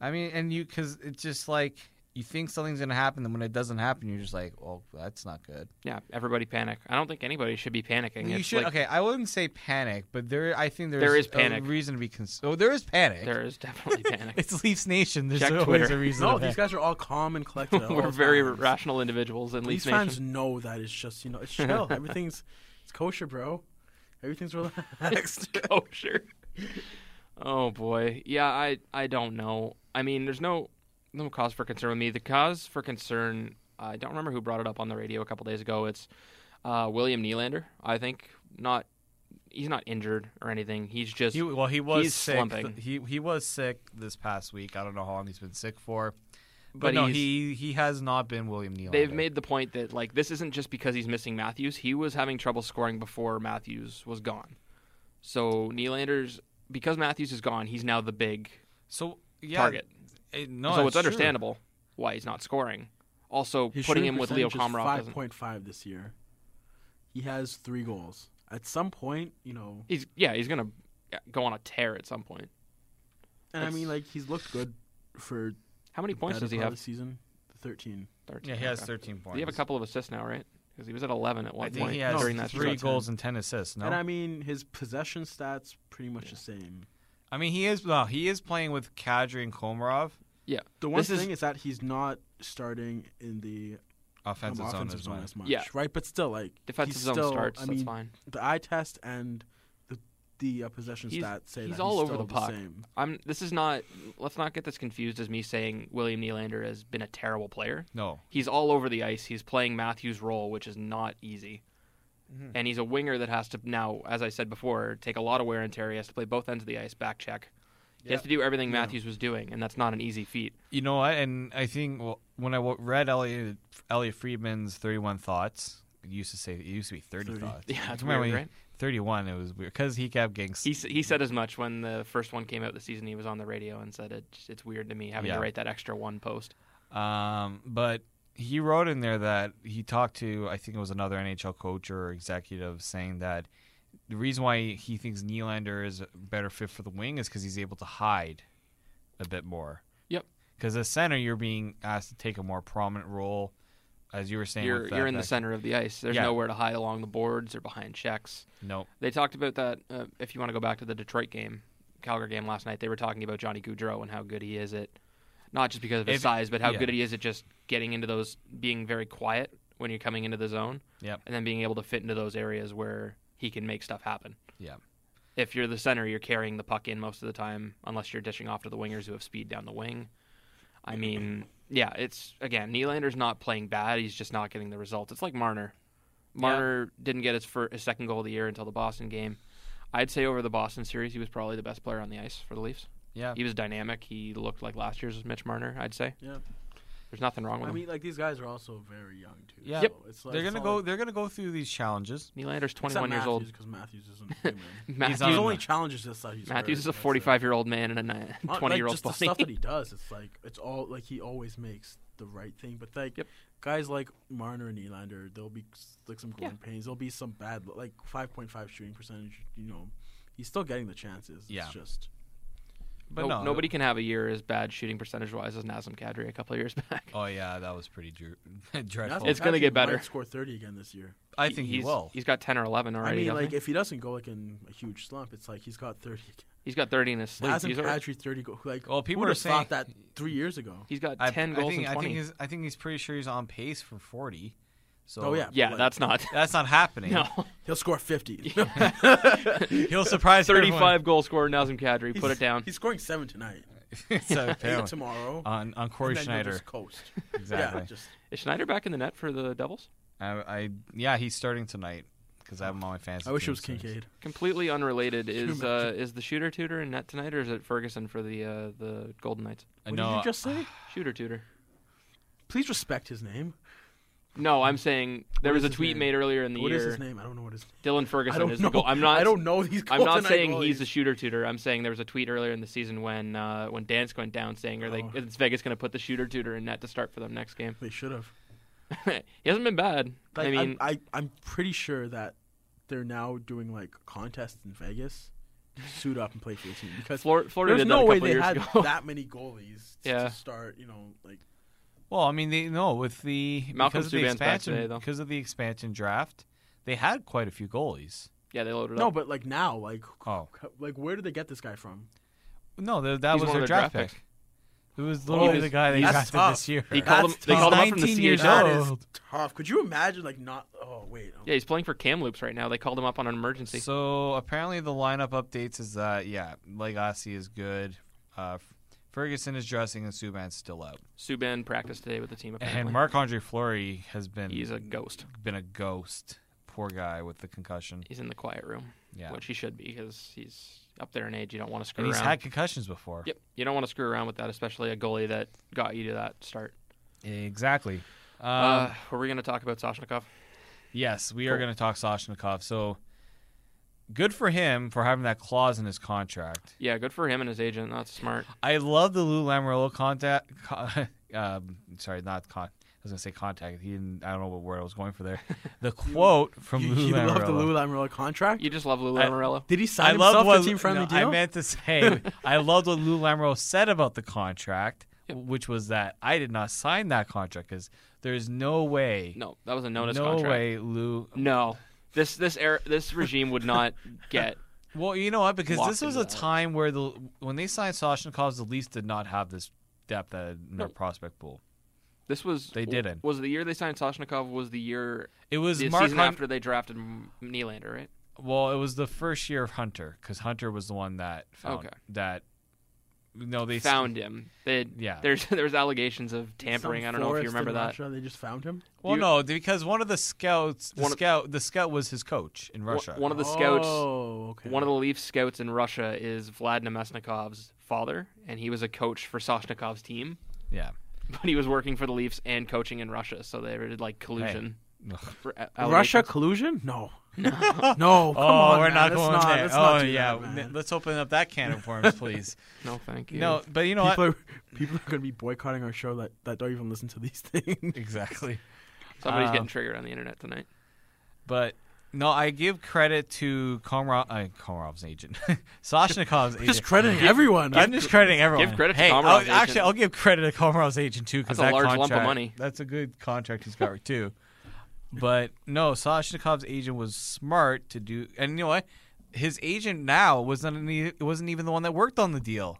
I mean, and you because it's just like you think something's gonna happen, then when it doesn't happen, you're just like, well, that's not good. Yeah, everybody panic. I don't think anybody should be panicking. you It's should like, okay. I wouldn't say panic, but there, I think there's There is a panic. reason to be concerned. Oh, there is panic. There is definitely panic. It's Leafs Nation. There's Check always Twitter. a reason. no. to These panic. guys are all calm and collected. at We're all very times. rational individuals in Leafs These Nation. fans know that it's just you know it's chill. Everything's it's kosher, bro. Everything's relaxed. kosher. Oh boy, yeah. I I don't know. I mean, there's no no cause for concern with me. The cause for concern, I don't remember who brought it up on the radio a couple days ago. It's uh, William Nylander. I think not. He's not injured or anything. He's just He, well, he was He's sick. slumping. He he was sick this past week. I don't know how long he's been sick for, but, But no, he's- he he has not been William Neal. They've made the point that like this isn't just because he's missing Matthews. He was having trouble scoring before Matthews was gone. So Nylander's because Matthews is gone, he's now the big so yeah, target. it- no, so that's it's true. understandable why he's not scoring. Also, His putting shooting him with Leo percentage is Komarov doesn't. 5.5 this year. He has three goals. At some point, you know, He's yeah, he's gonna go on a tear at some point. and I mean, It's- like he's looked good for How many points better does he part of have? the season. Thirteen. Thirteen. Yeah, he has okay. 13 points. Does He have a couple of assists now, right? Because he was at eleven at I one think point he has during that three stretch. goals and 10 assists. No, And I mean, his possession stats pretty much the same. I mean, he is no, he is playing with Kadri and Komarov. Yeah, The one This is- thing is that he's not starting in the um, Offensive zone offensive as zone well. as much, Yeah. right? But still, like defensive he's zone still- starts. I that's mean, fine. the eye test and the the uh, possession He's- stats say he's that all he's over still the puck. same. I'm. This is not. Let's not get this confused as me saying William Nylander has been a terrible player. No, He's all over the ice. He's playing Matthews' role, which is not easy. And he's a winger that has to now, as I said before, take a lot of wear and tear. He has to play both ends of the ice, back check. He has to do everything Matthews was doing, and that's not an easy feat. You know what? And I think well, when I w- read Elliot, Elliot Friedman's 31 Thoughts, it used to say it used to be 30, 30. Thoughts. Yeah, it's I remember weird, when- right? 31, it was weird because he kept getting. s- He s- he said as much when the first one came out this season. He was on the radio and said it, it's weird to me having Yeah. to write that extra one post. um, but he wrote in there that he talked to, I think it was another NHL coach or executive, saying that the reason why he thinks Nylander is a better fit for the wing is because he's able to hide a bit more. Yep. Because as center, you're being asked to take a more prominent role, as you were saying. You're with that, you're in the that- center of the ice. There's Yeah. nowhere to hide along the boards or behind checks. Nope. They talked about that. Uh, if you want to go back to the Detroit game, Calgary game last night, they were talking about Johnny Goudreau and how good he is at not just because of his If- size, but how yeah. good he is at just getting into those, being very quiet when you're coming into the zone, Yep. and then being able to fit into those areas where he can make stuff happen. Yep. If you're the center, you're carrying the puck in most of the time, unless you're dishing off to the wingers who have speed down the wing. I mean, yeah, it's again, Nylander's not playing bad. He's just not getting the results. It's like Marner. Marner didn't get his, fir- his second goal of the year until the Boston game. I'd say over the Boston series, he was probably the best player on the ice for the Leafs. Yeah. He was dynamic. He looked like last year's Mitch Marner, I'd say. Yeah. There's nothing wrong with I him. mean, like these guys are also very young too. Yeah. so it's like They're it's gonna all go. like- They're gonna go through these challenges. Nylander's except 21 years old. Matthews, because Matthews isn't human. Matthews, His on- only challenge is just that he's Matthews hurt, is a that's it. 45 year old man and a Uh, 20 year like, old just the stuff that body. he does. It's like it's all like he always makes the right thing. But like Yep. guys like Marner and Elander, there'll be s- like some growing Yeah. pains. There'll be some bad like five point five shooting percentage. You know, he's still getting the chances. Yeah. It's just But No- no, nobody can have a year as bad shooting percentage wise as Nazem Kadri a couple of years back. Oh yeah, that was pretty dr- dreadful. Nazem It's gonna Kadri get better. might Score thirty again this year. I think he he's, will. He's got 10 or 11 I already. mean, doesn't like he? if he doesn't go like in a huge slump, it's like he's got thirty. again. he's got 30 in his sleep. Nazem He's, already- Kadri thirty go like. Well, people who'd are have thought saying- that three years ago. he's got I, 10 I goals think, and I 20. think he's. I think he's pretty sure he's on pace for forty. So Oh yeah, yeah, like, that's not. that's not happening. No. he'll score fifty. He'll surprise 35 goal scorer Nazem Kadri. Put it down. He's scoring seven tonight. everyone. so Eight apparently. tomorrow. on on Corey and then you'll Schneider. Just coast. Exactly. Yeah, just Is Schneider back in the net for the Devils? I, I yeah, he's starting tonight because I have him on my fantasy. I wish it team, was so he's- Kincaid. Completely unrelated. Is Too uh, much. is the shooter tutor in net tonight, or is it Ferguson for the uh, the Golden Knights? I What know. did you just say? Shooter tutor. Please respect his name. No, I'm saying there What was is a his tweet name? made earlier in the What is year. his name? I don't know what his name. Dylan I Ferguson don't is know. the goal. I'm not. I don't know these. I'm not Golden Knight saying he's goalies. a shooter tutor. I'm saying there was a tweet earlier in the season when uh, when Dansk went down saying, "Are they? Oh. Is Vegas going to put the shooter tutor in net to start for them next game?" They should have. he hasn't been bad. Like, I mean, I, I, am pretty sure that they're now doing like contests in Vegas. Suit up and play for your team because Flor- Florida there's did that no a way couple they years had ago. that many goalies to- Yeah. to start. You know, like Well, I mean, they no with the Malcolm because of the Subban's back expansion today, though. because of the expansion draft, they had quite a few goalies. yeah, they loaded no, up. but like now, like Oh like where did they get this guy from? no, th- that He's was one their of their draft, draft pick. It was Oh, literally he the was- guy they that's drafted tough. this year. He called him. That's They tough. called him up from the 19 years CHL. That is old. tough. Could you imagine like not? Oh wait, Yeah, he's playing for Kamloops right now. They called him up on an emergency. So apparently the lineup updates is that yeah, Legacy is good. Uh, Ferguson is dressing and Subban's still out, Subban practiced today with the team. Apparently. and Marc Andre Fleury has been he's a ghost. been a ghost. Poor guy with the concussion. He's in the quiet room, Yeah, which he should be because he's up there in age. You don't want to screw and he's around. had concussions before. Yep, you don't want to screw around with that, especially a goalie that got you to that start. Exactly. Um, uh, were we going to talk about Soshnikov? yes, we are cool. going to talk Soshnikov. So good for him for having that clause in his contract. Yeah, good for him and his agent. That's smart. I love the Lou Lamarillo contact. co- um, sorry, not con. I was going to say contact. He didn't. I don't know what word I was going for there. The quote from you, Lou you love the Lamoriello. Lou Lamarillo contract? You just love Lou I- Lamoriello. Did he sign I love himself what to a team friendly no, deal? I meant to say I loved what Lou Lamarillo said about the contract, which was that I did not sign that contract because there's no way, No, that was a notice no contract. way, Lou No, this this era, this regime would not get. Well, you know what? Because locked this was into a that. time where the when they signed Soshnikovs, the Leafs did not have this depth at in their No. prospect pool. This was They didn't. Was the year they signed Soshnikov? Was the year It was the Mark season Hunt- after they drafted M- Nylander? Right? Well, it was the first year of Hunter because Hunter was the one that found Okay. that. No, they s- found him. They Yeah. There's there was allegations of tampering. Some I don't know if you forest in remember that. Russia, They just found him. Well, you- no, because one of the scouts, the One of- scout, the scout was his coach in One- Russia. One of the scouts. Oh, okay. One of the Leafs scouts in Russia is Vlad Nemesnikov's father, and he was a coach for Soshnikov's team, yeah, but he was working for the Leafs and coaching in Russia, so they did like collusion. for a- Russia allegations. collusion? No. No. no. Come oh, on, we're man. not Let's going not, there. Let's oh, not do yeah. That, man. Let's open up that can of worms, please. No, thank you. no, but you know people what? are people are going to be boycotting our show that, that don't even listen to these things. Exactly. somebody's uh, getting triggered on the internet tonight. But no, I give credit to Komarov, uh, Komarov's agent, Soshnikov's agent. just crediting everyone. I'm just crediting everyone. credit to hey, Komarov's I'll- agent. Actually, I'll give credit to Komarov's agent too because That's a that large lump of contract, money. That's a good contract he's got too. But no, Soshnikov's agent was smart to do, and you know what? His agent now wasn't any, wasn't even the one that worked on the deal.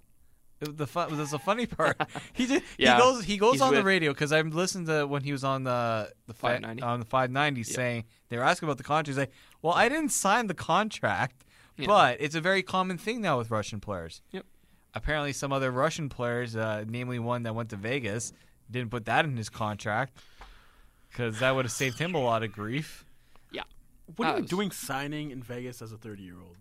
It was the fun, that's the funny part. He just Yeah. he goes he goes He's on the with- radio because I've listened to when he was on the the fa- 590. on the five ninety saying they were asking about the contract. He's like, well, I didn't sign the contract, Yeah. but it's a very common thing now with Russian players Yep. apparently some other Russian players, uh, namely one that went to Vegas, didn't put that in his contract because that would have saved him a lot of grief. Yeah. what Ah, are it you was- doing signing in Vegas as a 30 year old?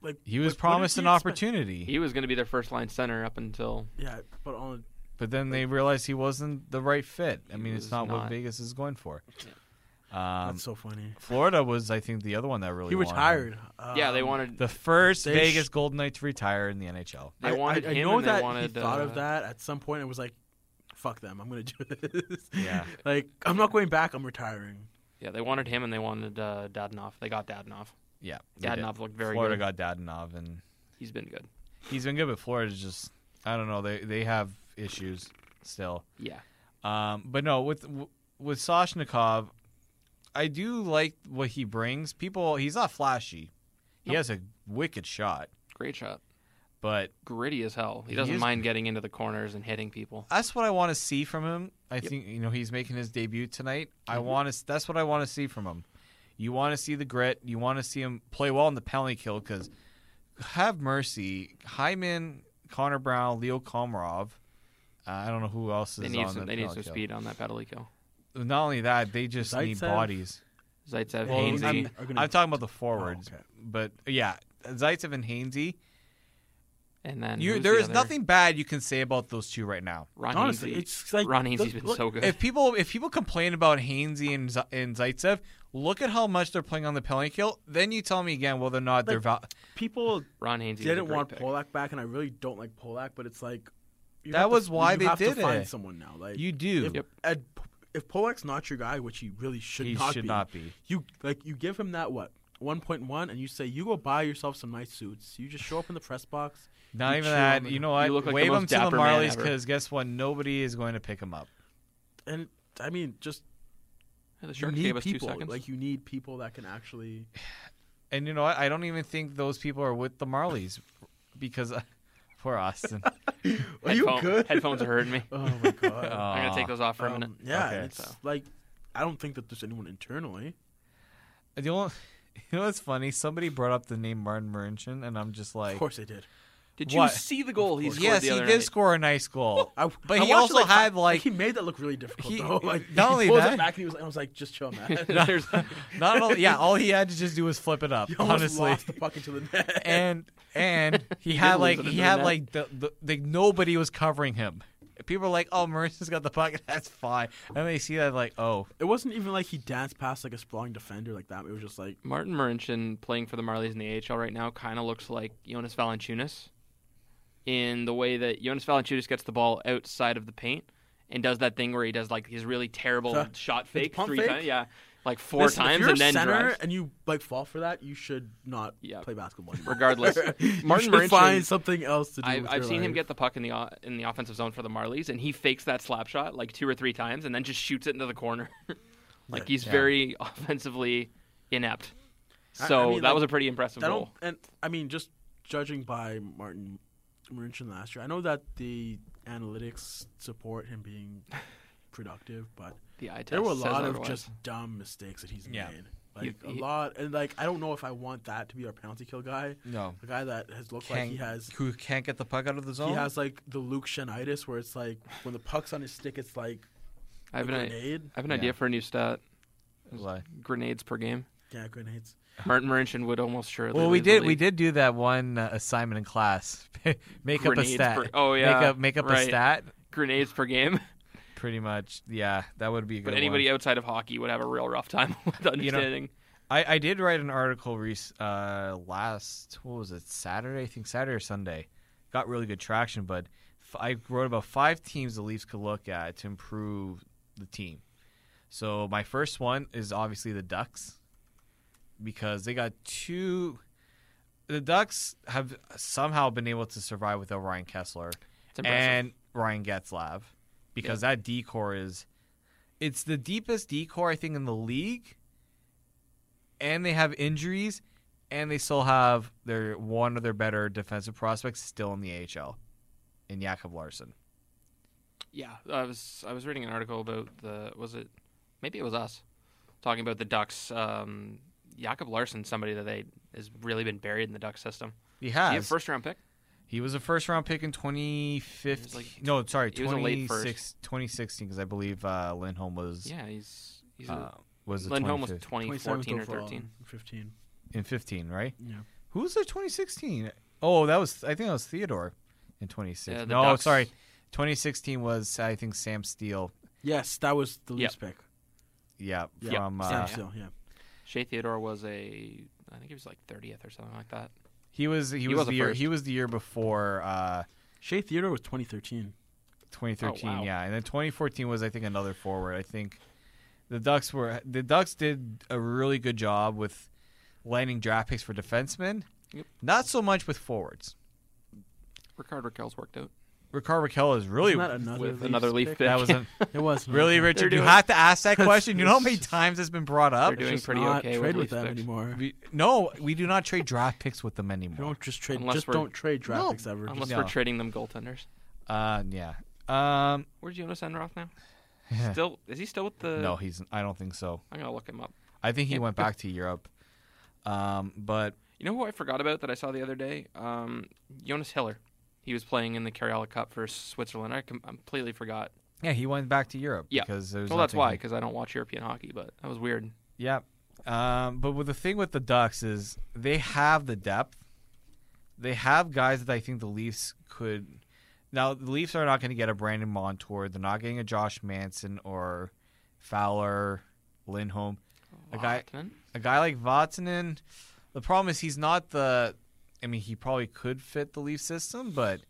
Like He was what- what did promised an you expect? opportunity, He was going to be their first line center up until Yeah, but on but then they realized he wasn't the right fit. I He mean, it's was not, what not. Vegas is going for. Um, that's so funny. Florida was, I think, the other one that really He wanted him. retired. yeah they Um, wanted The first They Vegas sh- Golden Knight to retire in the NHL. they I- wanted I, I him know and that they wanted he thought uh, of that at some point and was like, "Fuck them, I'm gonna do this." Yeah. like I'm not going back. I'm retiring. Yeah, they wanted him and they wanted uh, Dadnov. They got Dadnov. Yeah, they did. Dadnov looked very Florida good. got Dadonov, and He's been good. he's been good, but Florida's just I don't know. They they have issues still. Yeah. Um, but no, with with Soshnikov, I do like what he brings. People, he's not flashy. He Nope. has a wicked shot, Great shot. but Gritty as hell. He He doesn't is- mind getting into the corners and hitting people. that's what I want to see from him. I think you know he's making his debut tonight. Mm-hmm. I want to. That's what I want to see from him. You want to see the grit. You want to see him play well in the penalty kill because have mercy, Hyman, Connor Brown, Leo Komarov. Uh, I don't know who else is They on need some the they need some penalty speed on that penalty kill. kill. Not only that, they just need Zaitsev? bodies. Zaitsev, Well, Hainsey. I'm, are gonna- I'm talking about the forwards, Oh, okay. but yeah, Zaitsev and Hainsey. and then You, who's there the is other? nothing bad you can say about those two right now. Ron Honestly, Hainsey. it's like Ron Hainsey's look- been look- so good. If people if people complain about Hainsey and Z- and Zaitsev, look at how much they're playing on the penalty kill. Then you tell me again whether or not they're val- People Ron Hainsey was a didn't great want pick. Polak back, and I really don't like Polak, but it's like you That have to- was why you they have to did find it. someone now. Like You do. If, Yep. Ed, if Polak's not your guy, which he really should He not should be, not be. You like you give him that what one point one, and you say you go buy yourself some nice suits. You just show up in the press box. Not you even cheer that. on the- You know what? You look like the Wave most them to the dapper man Marlies ever. because guess what? Nobody is going to pick him up. and I mean just Yeah, the you Sharks need gave us two people. seconds. Like you need people that can actually. And you know what? I don't even think those people are with the Marlies because uh, poor Austin. Are you Headphone- good? Headphones are hurting me. Oh my god. I'm gonna Aw. take those off Uh, for a Um, minute. yeah, Okay. it's So- like I don't think that there's anyone internally. The only, you know what's funny? Somebody brought up the name Martin Marincin, and I'm just like, Of course they did. Did What? you see the goal he scored yes, the he other did night? score a nice goal. I, But I he watched also it, like, had, fi- like- he made that look really difficult He- though. Like not he only pulls that- it back and he was, I was like, just chill, man. There's- Not only, yeah, all he had to just do was flip it up. He almost honestly, lost the puck into the net. and and he, He had did lose like it he into had the like the, the like nobody was covering him. People are like, "Oh, Marissa's got the puck. That's fine." And they see that like, "Oh, it wasn't even like he danced past like a sprawling defender like that. It was just like Martin Marincin playing for the Marlies in the AHL right now kind of looks like Jonas Valanciunas in the way that Jonas Valanciunas gets the ball outside of the paint and does that thing where he does like his really terrible Huh. shot It's fake pump three fake? times, yeah, like four Listen, if times you're and a then center drives. and you like fall for that, you should not Yeah. play basketball. Anymore. Regardless, you Martin should Marincin, find something else to do. I've, with I've your seen him life. get the puck in the o- in the offensive zone for the Marlies, and he fakes that slap shot like two or three times, and then just shoots it into the corner. like he's Yeah. very offensively inept. I- I So mean, that like, was a pretty impressive I don't, goal. and I mean, just judging by Martin Marincin last year, I know that the analytics support him being productive, but The eye test there were a says lot of otherwise. just dumb mistakes that he's Yeah. made. Like He- he- a lot, and like I don't know if I want that to be our penalty kill guy, no, the guy that has looked like can't, he has. who can't get the puck out of the zone?" He has like the Luke Shenitis, where it's like when the puck's on his stick, it's like I have a an, I grenade. have an Yeah. idea for a new stat: Like- grenades per game. Yeah, grenades. Martin Marincin would almost surely. Well, we lead the did we league. did do that one uh, assignment in class. make up a Grenades stat. per- oh, yeah, make up make up a right. stat. grenades per game. Pretty much, yeah, that would be a good. But anybody one. outside of hockey would have a real rough time with understanding. I, I did write an article rec- uh, last what was it Saturday I think Saturday or Sunday, got really good traction. But f- I wrote about five teams the Leafs could look at to improve the team. So my first one is obviously the Ducks, because they got two. The Ducks have somehow been able to survive without Ryan Kessler it's impressive. and Ryan Getzlav because that decor is it's the deepest decor I think in the league. And they have injuries and they still have their one of their better defensive prospects still in the AHL in Jakob Larson. yeah, I was I was reading an article about the was it maybe it was us talking about the Ducks. Um, Jakob Larson, somebody that they has really been buried in the Ducks system. He Is he a has. first round pick? he was a first round pick in 2015. like- no, sorry, he was a late 26 2016 because I believe uh, Lindholm was Yeah, he's he's uh, a, was a Lindholm was 25th 2014 or 13. 15. in 15, right? Yeah. Who was their 2016? Oh, that was I think that was Theodore in 2016. Yeah, the no, Ducks. sorry, 2016 was I think Sam Steele. Yes, that was the Leafs pick. Yeah, Yeah. from Sam uh, Steele, yeah. Shea Theodore was a, I think he was like 30th or something like that. he was he, He was, was the a year first. he was the year before uh, Shea Theodore was 2013. 2013. Oh, wow. Yeah, and then 2014 was I think another forward. I think the Ducks were the Ducks did a really good job with landing draft picks for defensemen. Yep. Not so much with forwards. Ricard Raquel's worked out Ricard Raquel is really Isn't that another with Leafs another Leaf pick. that was a, It was really Richard. You doing- have to ask that question. You know how it's many just- times it's been brought up. They're doing Just pretty not okay with trade with Leafs them picks. anymore. We, no, we do not trade draft picks with them You anymore. don't just trade. Unless just we're- don't trade draft No, picks ever. Just- unless No. we're trading them goaltenders. Uh, yeah. Um, Where's Jonas Enroth now? Still, is he still with the? no, he's. I don't think so. I'm gonna look him up. I think he Uh, Yeah. went back to Europe. Um, but You know who I forgot about that I saw the other day? Um, Jonas Hiller. He was playing in the Cariola Cup for Switzerland. I com- completely forgot. yeah, he went back to Europe Yeah. because there's. well, that's nothing- why, because I don't watch European hockey. But that was weird. Yeah. Um, but with the thing with the Ducks is they have the depth. They have guys that I think the Leafs could. Now the Leafs are not going to get a Brandon Montour. They're not getting a Josh Manson or Fowler, Lindholm. A guy- Vatanen? a guy like Vatanen, the problem is he's not the. I mean, he probably could fit the Leaf system, but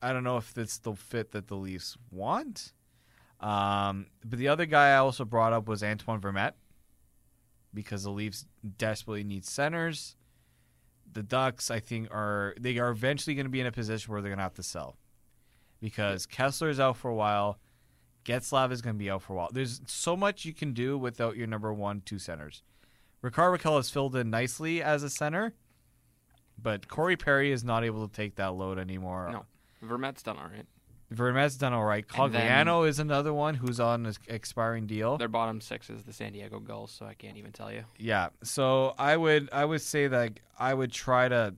I don't know if it's the fit that the Leafs want. Um, but the other guy I also brought up was Antoine Vermette because the Leafs desperately need centers. The Ducks, I think, are they are eventually going to be in a position where they're going to have to sell because Kessler is out for a while. Getzlav is going to be out for a while. There's so much you can do without your number one two centers. Ricard Raquel has filled in nicely as a center, but Corey Perry is not able to take that load anymore. No, Vermette's done all right. Vermette's done all right. And then- Cogliano is another one who's on an expiring deal. Their bottom six is the San Diego Gulls, so I can't even tell you. Yeah. So I would I would say that I would try to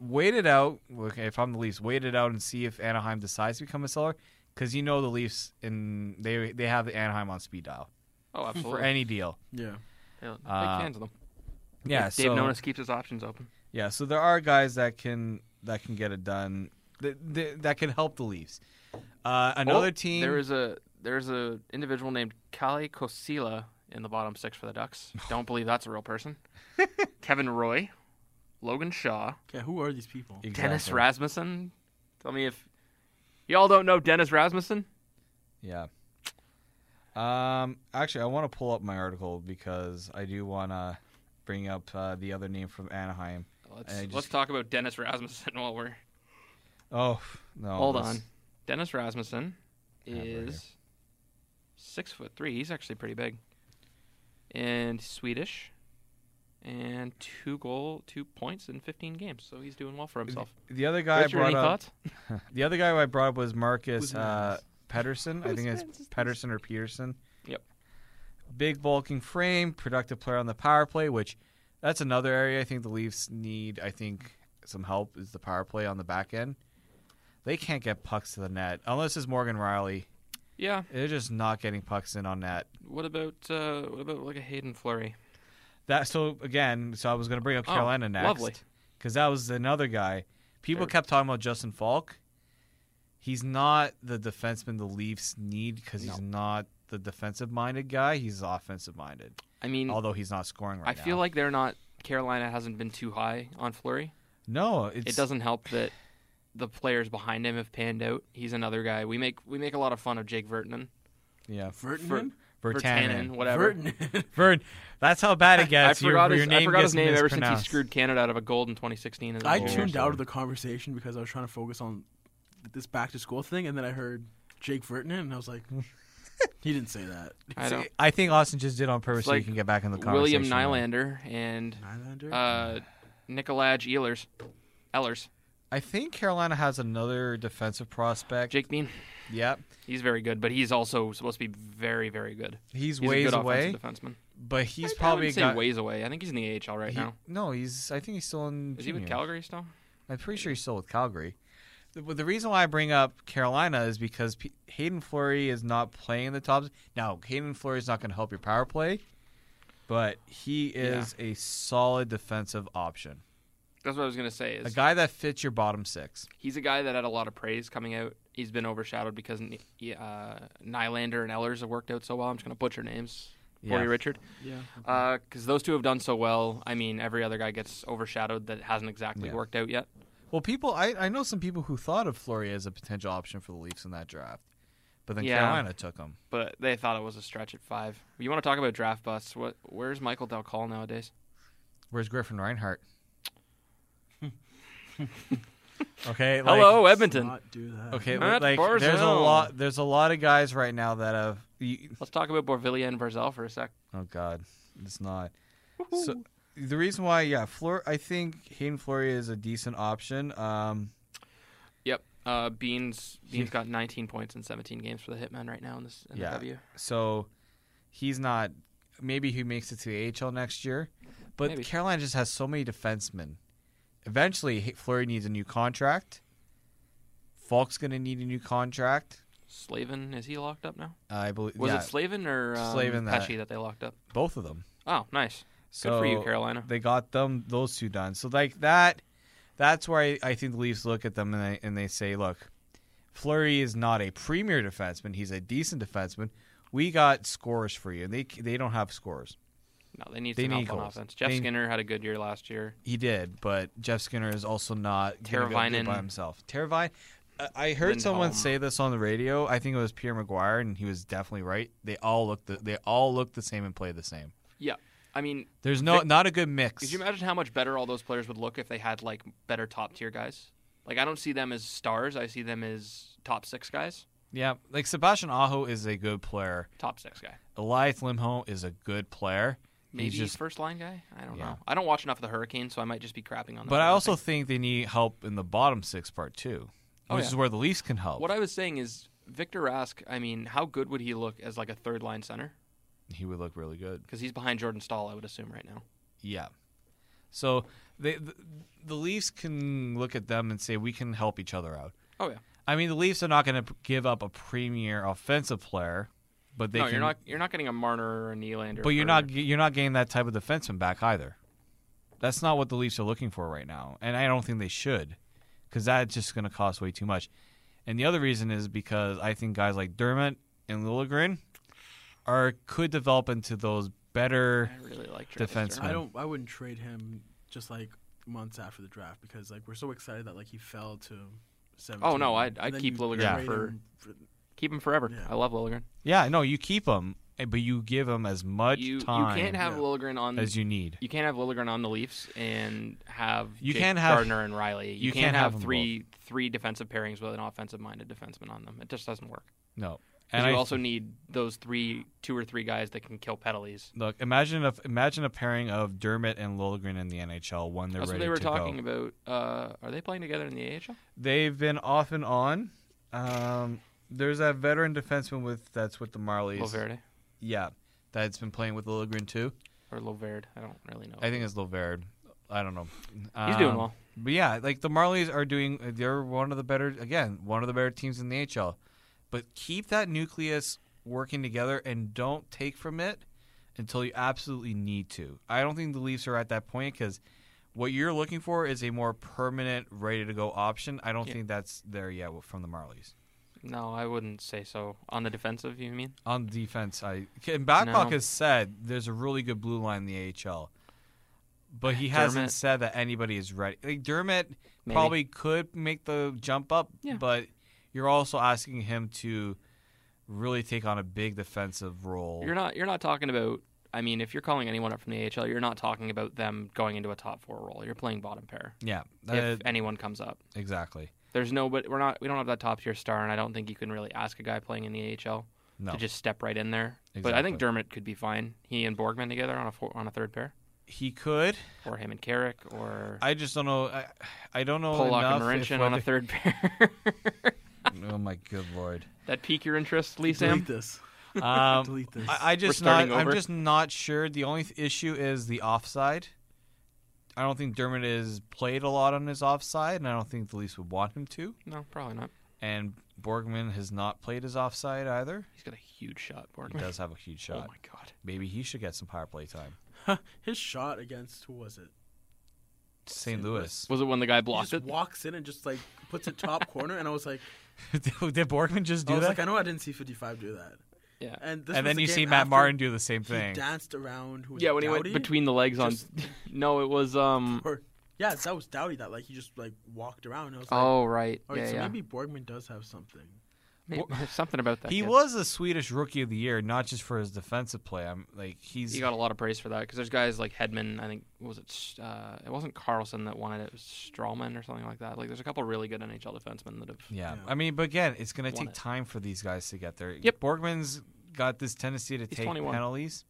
wait it out. Okay, if I'm the Leafs, wait it out and see if Anaheim decides to become a seller, because you know the Leafs and they they have the Anaheim on speed dial Oh, for absolutely. any deal. yeah. Yeah, big Uh, fans of them. Yeah. Dave Nonis keeps his options open. Yeah, so there are guys that can that can get it done. That, that, that can help the Leafs. Uh, another Oh, team. There is a there's a individual named Kali Kosila in the bottom six for the Ducks. Don't believe that's a real person. Kevin Roy, Logan Shaw, Okay. Who are these people? Exactly. Dennis Rasmussen. Tell me if y'all don't know Dennis Rasmussen. Yeah. Um. Actually, I want to pull up my article because I do want to bring up uh, the other name from Anaheim. Let's I just- let's talk about Dennis Rasmussen while we're Oh no. hold this- on. Dennis Rasmussen have it right here. is six foot three. He's actually pretty big, and Swedish, and two goal, two points in fifteen games. So he's doing well for himself. The other guy Richard, I any brought up. thoughts? The other guy I brought up was Marcus Who's uh, Marcus? Pedersen. I think it's Pedersen or Peterson. Yep. Big bulking frame, productive player on the power play, which that's another area I think the Leafs need. I think some help is the power play on the back end. They can't get pucks to the net unless it's Morgan Riley. Yeah. They're just not getting pucks in on net. What about uh, what about like a Hayden Flurry? That so again. So I was going to bring up Oh, Carolina next, lovely. because that was another guy. People They're- kept talking about Justin Falk. He's not the defenseman the Leafs need because he's not the defensive-minded guy. He's offensive-minded, I mean, although he's not scoring right I now. feel like they're not. Carolina hasn't been too high on Flurry. no, it's, It doesn't help that the players behind him have panned out. He's another guy. We make we make a lot of fun of Jake Vertanen. Yeah, Vertanen. Vertanen. whatever. Vertanen. Vern. That's how bad it I gets. Your- forgot, your, his, name I forgot gets his name ever since he mispronounced. screwed Canada out of a gold in 2016. as a I goalie. tuned out of the conversation because I was trying to focus on this back to school thing, and then I heard Jake Vertanen, and I was like, he didn't say that. I don't. I think Austin just did on purpose so you like can get back in the conversation. William Nylander and Nylander. uh, Nikolaj Ehlers. Ellers. I think Carolina has another defensive prospect. Jake Bean. Yep. He's very good, but he's also supposed to be very, very good. He's, He's ways a good away, offensive defenseman. but he's I- I probably wouldn't say got- ways away. I think he's in the AHL right he- now. No, he's. I think he's still in. Is he with junior. Calgary still? I'm pretty sure he's still with Calgary. The, but the reason why I bring up Carolina is because P- Hayden Flurry is not playing the tops. Now, Hayden Flurry is not going to help your power play, but he is a solid defensive option. That's what I was gonna say. Is A guy that fits your bottom six. he's a guy that had a lot of praise coming out. He's been overshadowed because N- uh, Nylander and Ellers have worked out so well. I'm just gonna butcher names. Yeah. Corey Richard, Yeah. because those two have done so well. I mean, every other guy gets overshadowed that hasn't exactly Yeah. worked out yet. Well, people, I, I know some people who thought of Flurry as a potential option for the Leafs in that draft, but then Yeah. Carolina took him. But they thought it was a stretch at five. You want to talk about draft busts? What? Where's Michael Del Call nowadays? Where's Griffin Reinhardt? okay. Like, Hello, Edmonton. Not do that. Okay, Matt like there's a Barzal. lot. There's a lot of guys right now that have. you- Let's talk about Borvillia and Barzell for a sec. Oh God, it's not. So the reason why, yeah, Fleur. I think Hayden Flurry is a decent option. Um, Yep. Uh, Beans Beans got 19 points in 17 games for the Hitmen right now in this in Yeah. the W. so he's not. Maybe he makes it to the AHL next year, but Maybe. Carolina just has so many defensemen. Eventually, Hay- Fleury needs a new contract. Falk's gonna need a new contract. Slavin is he locked up now? I believe. Was yeah, it Slavin or um, Slavin that- Pesci that they locked up? both of them. Oh, nice. Good for you, Carolina. They got them those two done. So like that, that's where I, I think the Leafs look at them and they, and they say, look, Flurry is not a premier defenseman. He's a decent defenseman. We got scores for you. They they don't have scores. No, they need They some need help on goals. offense. Jeff They- Skinner had a good year last year. He did, but Jeff Skinner is also not gonna be able to do it by Teravainen. himself. Teravainen. I- I heard someone Lindholm. say this on the radio. I think it was Pierre McGuire, and he was definitely right. They all look the, they all look the same and play the same. Yeah, I mean, There's no Vic- not a good mix. could you imagine how much better all those players would look if they had like better top tier guys? Like I don't see them as stars. I see them as top six guys. Yeah, like Sebastian Aho is a good player. Top six guy. Elias Limho is a good player. Maybe He's just, first line guy. I don't Yeah. know. I don't watch enough of the Hurricanes, so I might just be crapping on them. but I for also nothing. think they need help in the bottom six part too, Oh, which yeah. is where the Leafs can help. what I was saying is Victor Rask. I mean, how good would he look as like a third line center? he would look really good. Because he's behind Jordan Stahl, I would assume right now. Yeah. So they, the, the Leafs can look at them and say we can help each other out. Oh yeah. I mean, the Leafs are not going to give up a premier offensive player, but they no, can. you're not. You're not getting a Marner or a Nylander. but you're for- not you're not getting that type of defenseman back either. That's not what the Leafs are looking for right now, and I don't think they should, because that's just going to cost way too much. And the other reason is because I think guys like Dermott and Lilligren are could develop into those better. I really like Defense. I Um, don't. I wouldn't trade him just like months after the draft because like we're so excited that like he fell to. 17. Oh, no, I'd- And I'd then keep you Lilligren trade for- him for- Keep him forever. Yeah. I love Lilligren. Yeah, no, you keep them, but you give them as much You you time can't have Yeah. Lilligren on. as you need. you can't have Lilligren on the Leafs and have You Jake can't have- Gardner and Riley. you can't can't, have have, them three three defensive pairings with an offensive minded defenseman on them. It just doesn't work. No, And you I- also need those three, two or three guys that can kill penalties. look. Imagine a imagine a pairing of Dermott and Lilligren in the NHL when they're That's what ready they were to talking go. about. Uh, are they playing together in the AHL? They've been off and on. Um, there's that veteran defenseman with that's with the Marlies. Loverde Yeah, that's been playing with Lilligren too. or Loverde? I don't really know. I think it's Loverde. I don't know. He's doing Um, well. But yeah, like the Marlies are doing. They're one of the better. Again, one of the better teams in the HL. But keep that nucleus working together and don't take from it until you absolutely need to. I don't think the Leafs are at that point because what you're looking for is a more permanent, ready to go option. I don't Yeah. think that's there yet from the Marlies. No, I wouldn't say so. On the defensive, you mean? On defense, I and Babcock No. has said there's a really good blue line in the AHL, but he hasn't Dermott. said that anybody is ready. Like Dermott Maybe. probably could make the jump up, Yeah. but you're also asking him to really take on a big defensive role. You're not. You're not talking about. I mean, if you're calling anyone up from the AHL, you're not talking about them going into a top four role. You're playing bottom pair. yeah, if that- anyone comes up, exactly. there's no. But we're not. We don't have that top tier star, and I don't think you can really ask a guy playing in the AHL No, to just step right in there. But I think Exactly. Dermot could be fine. He and Borgman together on a four, on a third pair, he could. or him and Carrick, or I just don't know. I, I don't know Pollock and enough. if Marincin on a whether- third pair. oh my good lord. that pique your interest, Lee Delete Sam? this. Um, Delete this. I, I just not. starting I'm over. just not sure. The only th- issue is the offside. I don't think Dermot has played a lot on his offside, and I don't think the Leafs would want him to. No, probably not. And Borgman has not played his offside either. He's got a huge shot, Borgman. He does have a huge Oh shot. my god. Maybe he should get some power play time. His shot against who was it? St. Louis. Was it when the guy He blocked just it? walks in and just like puts it top corner, and I was like, Did Borgman just I do Oh, was that? like, I know I didn't see 55 do that. Yeah. And, this and was then the you game see Matt after Martin do the same thing. He danced around. Who was Yeah, it, when he went Doughty? between the legs on. Just- no, it was um. Or, yeah, that was Dowdy that like he just like walked around. And I was like, Oh right. all right, yeah, so yeah. maybe Borgman does have something. Maybe- something about that. He kid. was a Swedish Rookie of the Year, not just for his defensive play. I'm like he's He got a lot of praise for that because there's guys like Hedman. I think what was it? Uh, it wasn't Carlson that won it. It was Strawman or something like that. Like there's a couple really good NHL defensemen that have. yeah. Yeah. I mean, but again, it's going to Won take it. time for these guys to get there. Yep. Borgman's got this tendency to take 21. penalties.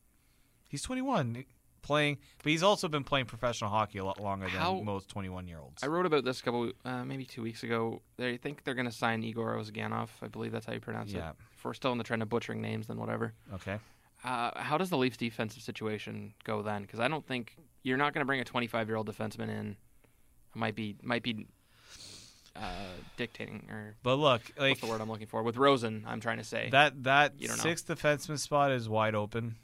He's 21 playing, but he's also been playing professional hockey a lot longer How- than most 21 year olds. I wrote about this a couple, uh, maybe two weeks ago. They think they're going to sign Igor Ozganov. I believe that's how you pronounce Yeah. it. If we're still in the trend of butchering names, then whatever. Okay. Uh, how does the Leafs' defensive situation go then? Because I don't think you're not going to bring a 25 year old defenseman in. Might be might be uh, dictating or But look, like what's the word I'm looking for with Rosen. I'm trying to say that that You don't know. sixth defenseman spot is wide open.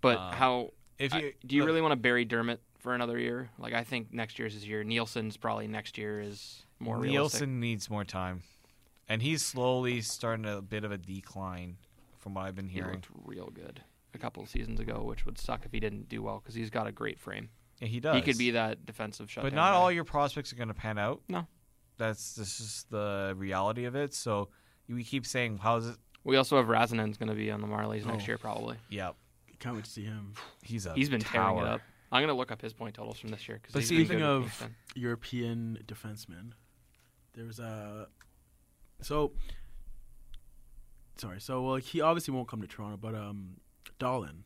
But Um, how If I- you do you look, really want to bury Dermott for another year? Like I think next year's his year. Nielsen's probably next year is more realistic. Nielsen needs more time, and he's slowly starting a bit of a decline from what I've been He hearing. looked real good a couple of seasons ago, which would suck if he didn't do well because he's got a great frame. Yeah, he does. He could be that defensive shutdown. but not guy. all your prospects are going to pan out. No. that's this is the reality of it. So we keep saying, "How's it?" We also have Razinen's going to be on the Oh. Marlies next year probably. Yeah, Can't wait to see him. he's a He's been tower. tearing it up. I'm going to look up his point totals from this year because But he's speaking been good of- with Kingston. European defenseman. There was a so sorry. So well, he obviously won't come to Toronto, but um, Dolan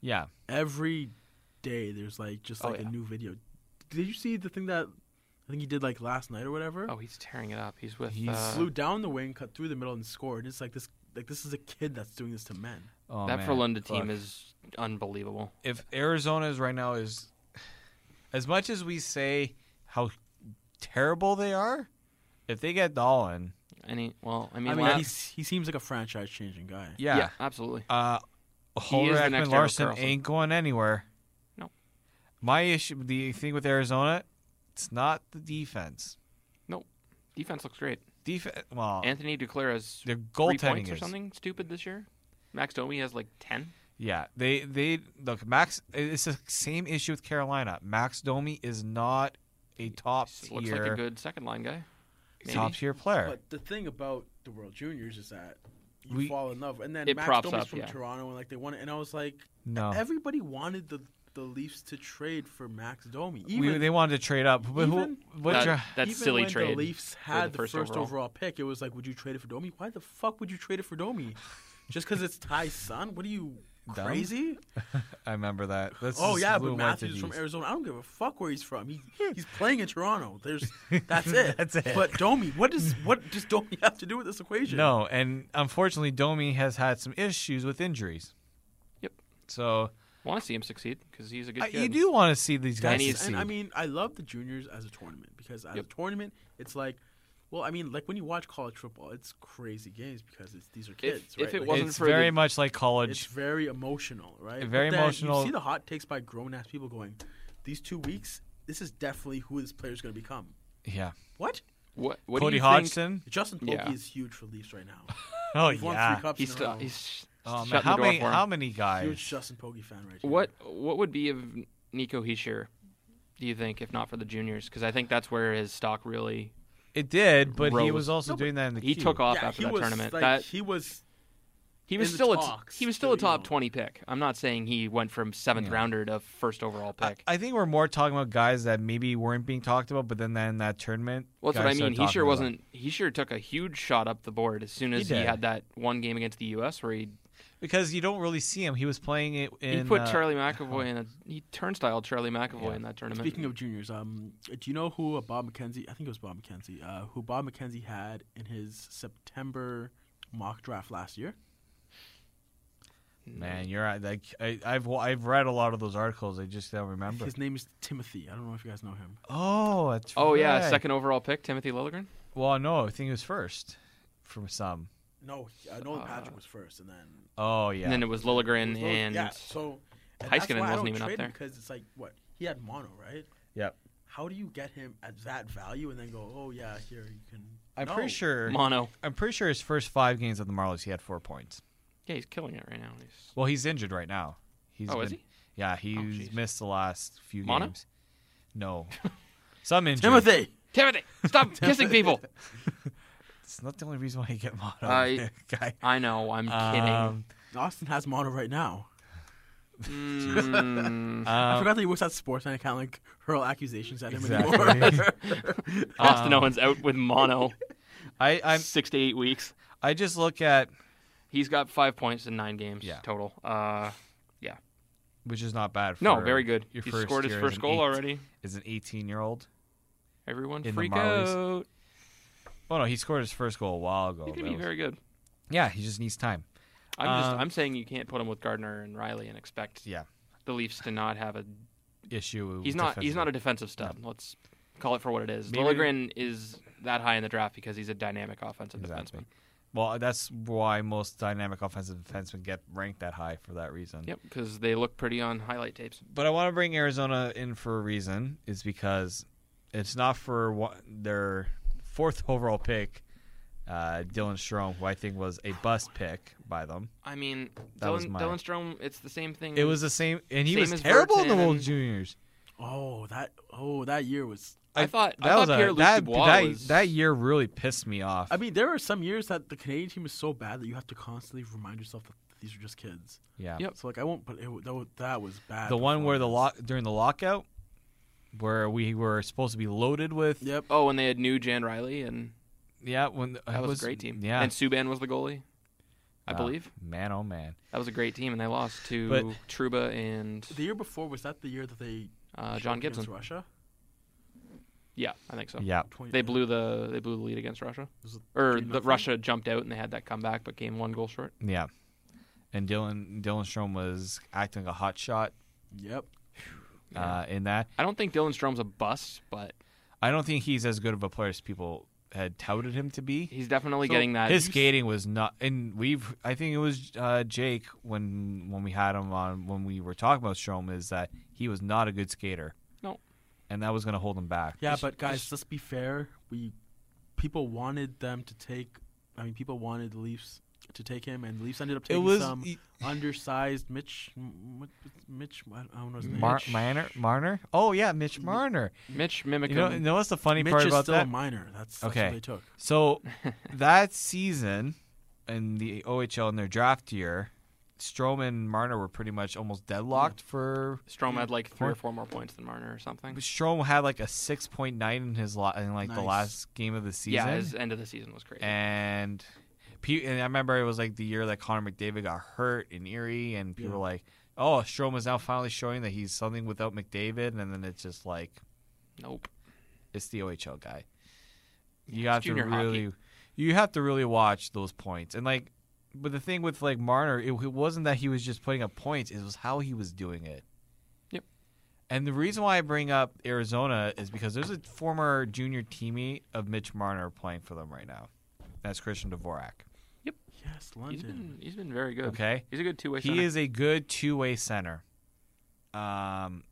Yeah, every day there's like just Oh, like yeah. a new video. Did you see the thing that I think he did like last night or whatever? Oh, he's tearing it up. He's with He's uh, Flew down the wing, cut through the middle, and scored. And it's like this, like this is a kid that's doing this to men. oh, that man. Frölunda Fuck. team is unbelievable. if Arizona is right now is as much as we say how terrible they are, if they get Dolan, Any well, I mean, I mean, last- he's, he seems like a franchise changing guy. yeah, yeah, absolutely. uh, Holger is the next Ekman Eric Larson Carlson. ain't going anywhere. No. My issue, the thing with Arizona, it's not the defense. Defense looks great. Defense, well, Anthony Duclair has their three Oh. goaltending points or is- something stupid this year. Max Domi has like ten. Yeah, they they look Max. It's the same issue with Carolina. Max Domi is not a top He tier Looks like a good second line guy. maybe. top tier player. But the thing about the World Juniors is that you We- fall in love, and then It Max props Domi's up, from yeah. Oh. Toronto, and like they won it. And I was like, no, everybody wanted the the Leafs to trade for Max Domi. we, Even, they wanted to trade up. But who, even- what That- dra- that even silly when trade The Leafs for had the the first first, overall. overall. pick. It was like, would you trade it for Domi? Why the fuck would you trade it for Domi? Just because it's Ty's son? What are you Dumb? crazy? I remember that. That's Oh just yeah, blew but my Matthews is from titties. Arizona. I don't give a fuck where he's from. He he's playing in Toronto. There's that's it. That's it. But Domi, what does what does Domi have to do with this equation? No, and unfortunately, Domi has had some issues with injuries. Yep. So Want to see him succeed because he's a good I, kid. Uh, you do want to see these guys And he's- That's, succeed. and I mean, I love the juniors as a tournament because as Yep. a tournament, it's like, well, I mean, like when you watch college football, it's crazy games because it's these are kids. if right? it Like, wasn't it's for the- very much like it's college. very emotional, right? But Very then emotional. You see the hot takes by grown ass people going, these two weeks, this is definitely who this player's going to become. Yeah, What? What, what Cody do you Think? Hodgson. Justin Polk Yeah. is huge for Leafs right now. Oh We've won yeah. three cups He's in a still row. he's Oh, man. shutting How the door many? for him. How many guys? huge Justin Pogge fan right here. What what would be of Nico Heischer? Do you think if not for the juniors? Because I think that's where his stock really It did, but he Rose. was also No, but doing that in the he queue. took off Yeah, after he that was, tournament. Like, that he was. he was in the still a talks, he was so, still a you top know. twenty pick. I'm not saying he went from seventh Yeah. rounder to first overall I, pick. I think we're more talking about guys that maybe weren't being talked about, but then that in that tournament, Well, that's what I guys mean. started He talking sure about wasn't. He sure took a huge shot up the board as soon as he, did. had that one game against the U.S. where he it. because you don't really see him. He was playing it. In, he put uh, Charlie McAvoy in a he turnstile Charlie McAvoy in that tournament. Speaking of juniors, um, do you know who uh, Bob McKenzie? I think it was Bob McKenzie. Uh, who Bob McKenzie had in his September mock draft last year? Man, you're right. Like I, I've wa- I've read a lot of those articles. I just don't remember. His name is Timothy. I don't know if you guys know him. Oh, that's oh yeah, right. second overall pick Timothy Lilligren. Well, no, I think it was first. from some. No, uh, Nolan Uh, Patrick was first, and then Oh yeah. And then it was Lilligren So, and yeah, so and that's Heiskanen why I wasn't don't even up trade him there. because it's like what he had mono, right? yep. How do you get him at that value and then go, oh yeah, here you can? I'm No. pretty sure. Mono. I'm pretty sure his first five games of the Marlies, he had four points. Yeah, he's killing it right now. He's Well, he's injured right now. He's Oh, is been- he? Yeah, he's jeez. missed the last few Mono? games. No, some injury. Timothy. Timothy, stop kissing people. It's not the only reason why you get mono. I- guy. I know. I'm Um, Austin has mono right now. kidding. Mm. I um, forgot that he works at Sportsnet. I can't like hurl accusations at him Exactly. anymore. Austin Owens out with mono. I Um, I'm, six to eight weeks. I just look at He's got five points in nine games Yeah. total. Uh, which is not bad. For no, very good. Your He first scored his year as first an goal eight- already. As an 18 year old. Everyone In the freak Marlies. out. Oh no, he scored his first goal a while ago. He's gonna That be was- very good. yeah, he just needs time. I'm just Um, I'm saying you can't put him with Gardner and Riley and expect Yeah, the Leafs to not have a. issue. He's not he's not a defensive stud. Let's call it for what it is. Maybe- Lilligren is that high in the draft because he's a dynamic offensive Exactly. defenseman. Well, that's why most dynamic offensive defensemen get ranked that high for that reason. Yep, because they look pretty on highlight tapes. But I want to bring Arizona in for a reason. Is because it's not for wha- their fourth overall pick, uh, Dylan Strom, who I think was a bust pick by them. I mean, That was Dylan, my- Dylan Strome, it's the same thing. It was the same, and he Mm-hmm. Same was as terrible in the Bertan World and- Juniors. oh, that oh that year was. I, thought I was thought a, Pierre Luc that, Dubois that, was that year really pissed me off. I mean, there are some years that the Canadian team is so bad that you have to constantly remind yourself that these are just kids. yeah. Yep. So like, I won't. But it, that was- that was bad. the one where the performance. lock during the lockout where we were supposed to be loaded with Yep. Oh, and they had new Jan Riley, and yeah when the- that it was, a great team. yeah and Subban was the goalie, I Wow. believe. man oh man That was a great team, and they lost to But- Truba and The year before was that the year that they uh, showed John against Gibson. Russia. Yeah, I think so. yeah 20, They blew the they blew the lead against Russia, Was it or 3-0? the, Russia jumped out and they had that comeback, but came one goal short. yeah and Dylan Dylan Strom was acting a hot shot Yep. uh, in that I don't think Dylan Strom's a bust, but I don't think he's as good of a player as people had touted him to be he's definitely So getting that. his skating was not and we've I think it was uh, Jake when when we had him on when we were talking about Strom is that he was not a good skater No. and that was going to hold him back Yeah, It's- but guys, it's- let's be fair. We people wanted them to take. I mean, people wanted the Leafs to take him, and the Leafs ended up taking was- e- some he- undersized Mitch. M- M- Mitch, I don't know his name. Mar- Mitch- Marner, Marner. Oh yeah, Mitch Marner. Mitch Mimikin. You know, you know what's the funny Mitch part is about still that? a minor. That's, that's Okay. what they took. so that season in the OHL in their draft year, Strom and Marner were pretty much almost deadlocked for. Strom had like three or four more points than Marner or something. Strom had like a six point nine in his lo- in like the Nice. last game of the season. Yeah, his end of the season was crazy. and pe- and I remember it was like the year that Connor McDavid got hurt in Erie, and people were like, "Oh, Strom is now finally showing that he's something without McDavid," and then it's just like. nope. it's the OHL guy. You Yeah, have it's to junior hockey. really, you have to really watch those points. And like, but the thing with like Marner, it, it wasn't that he was just putting up points; it was how he was doing it. Yep. And the reason why I bring up Arizona is because there's a former junior teammate of Mitch Marner playing for them right now. That's Christian Dvorak. Yes, He's London. been he's been very good. Okay. He's a good two way. He is a good two-way center. Um,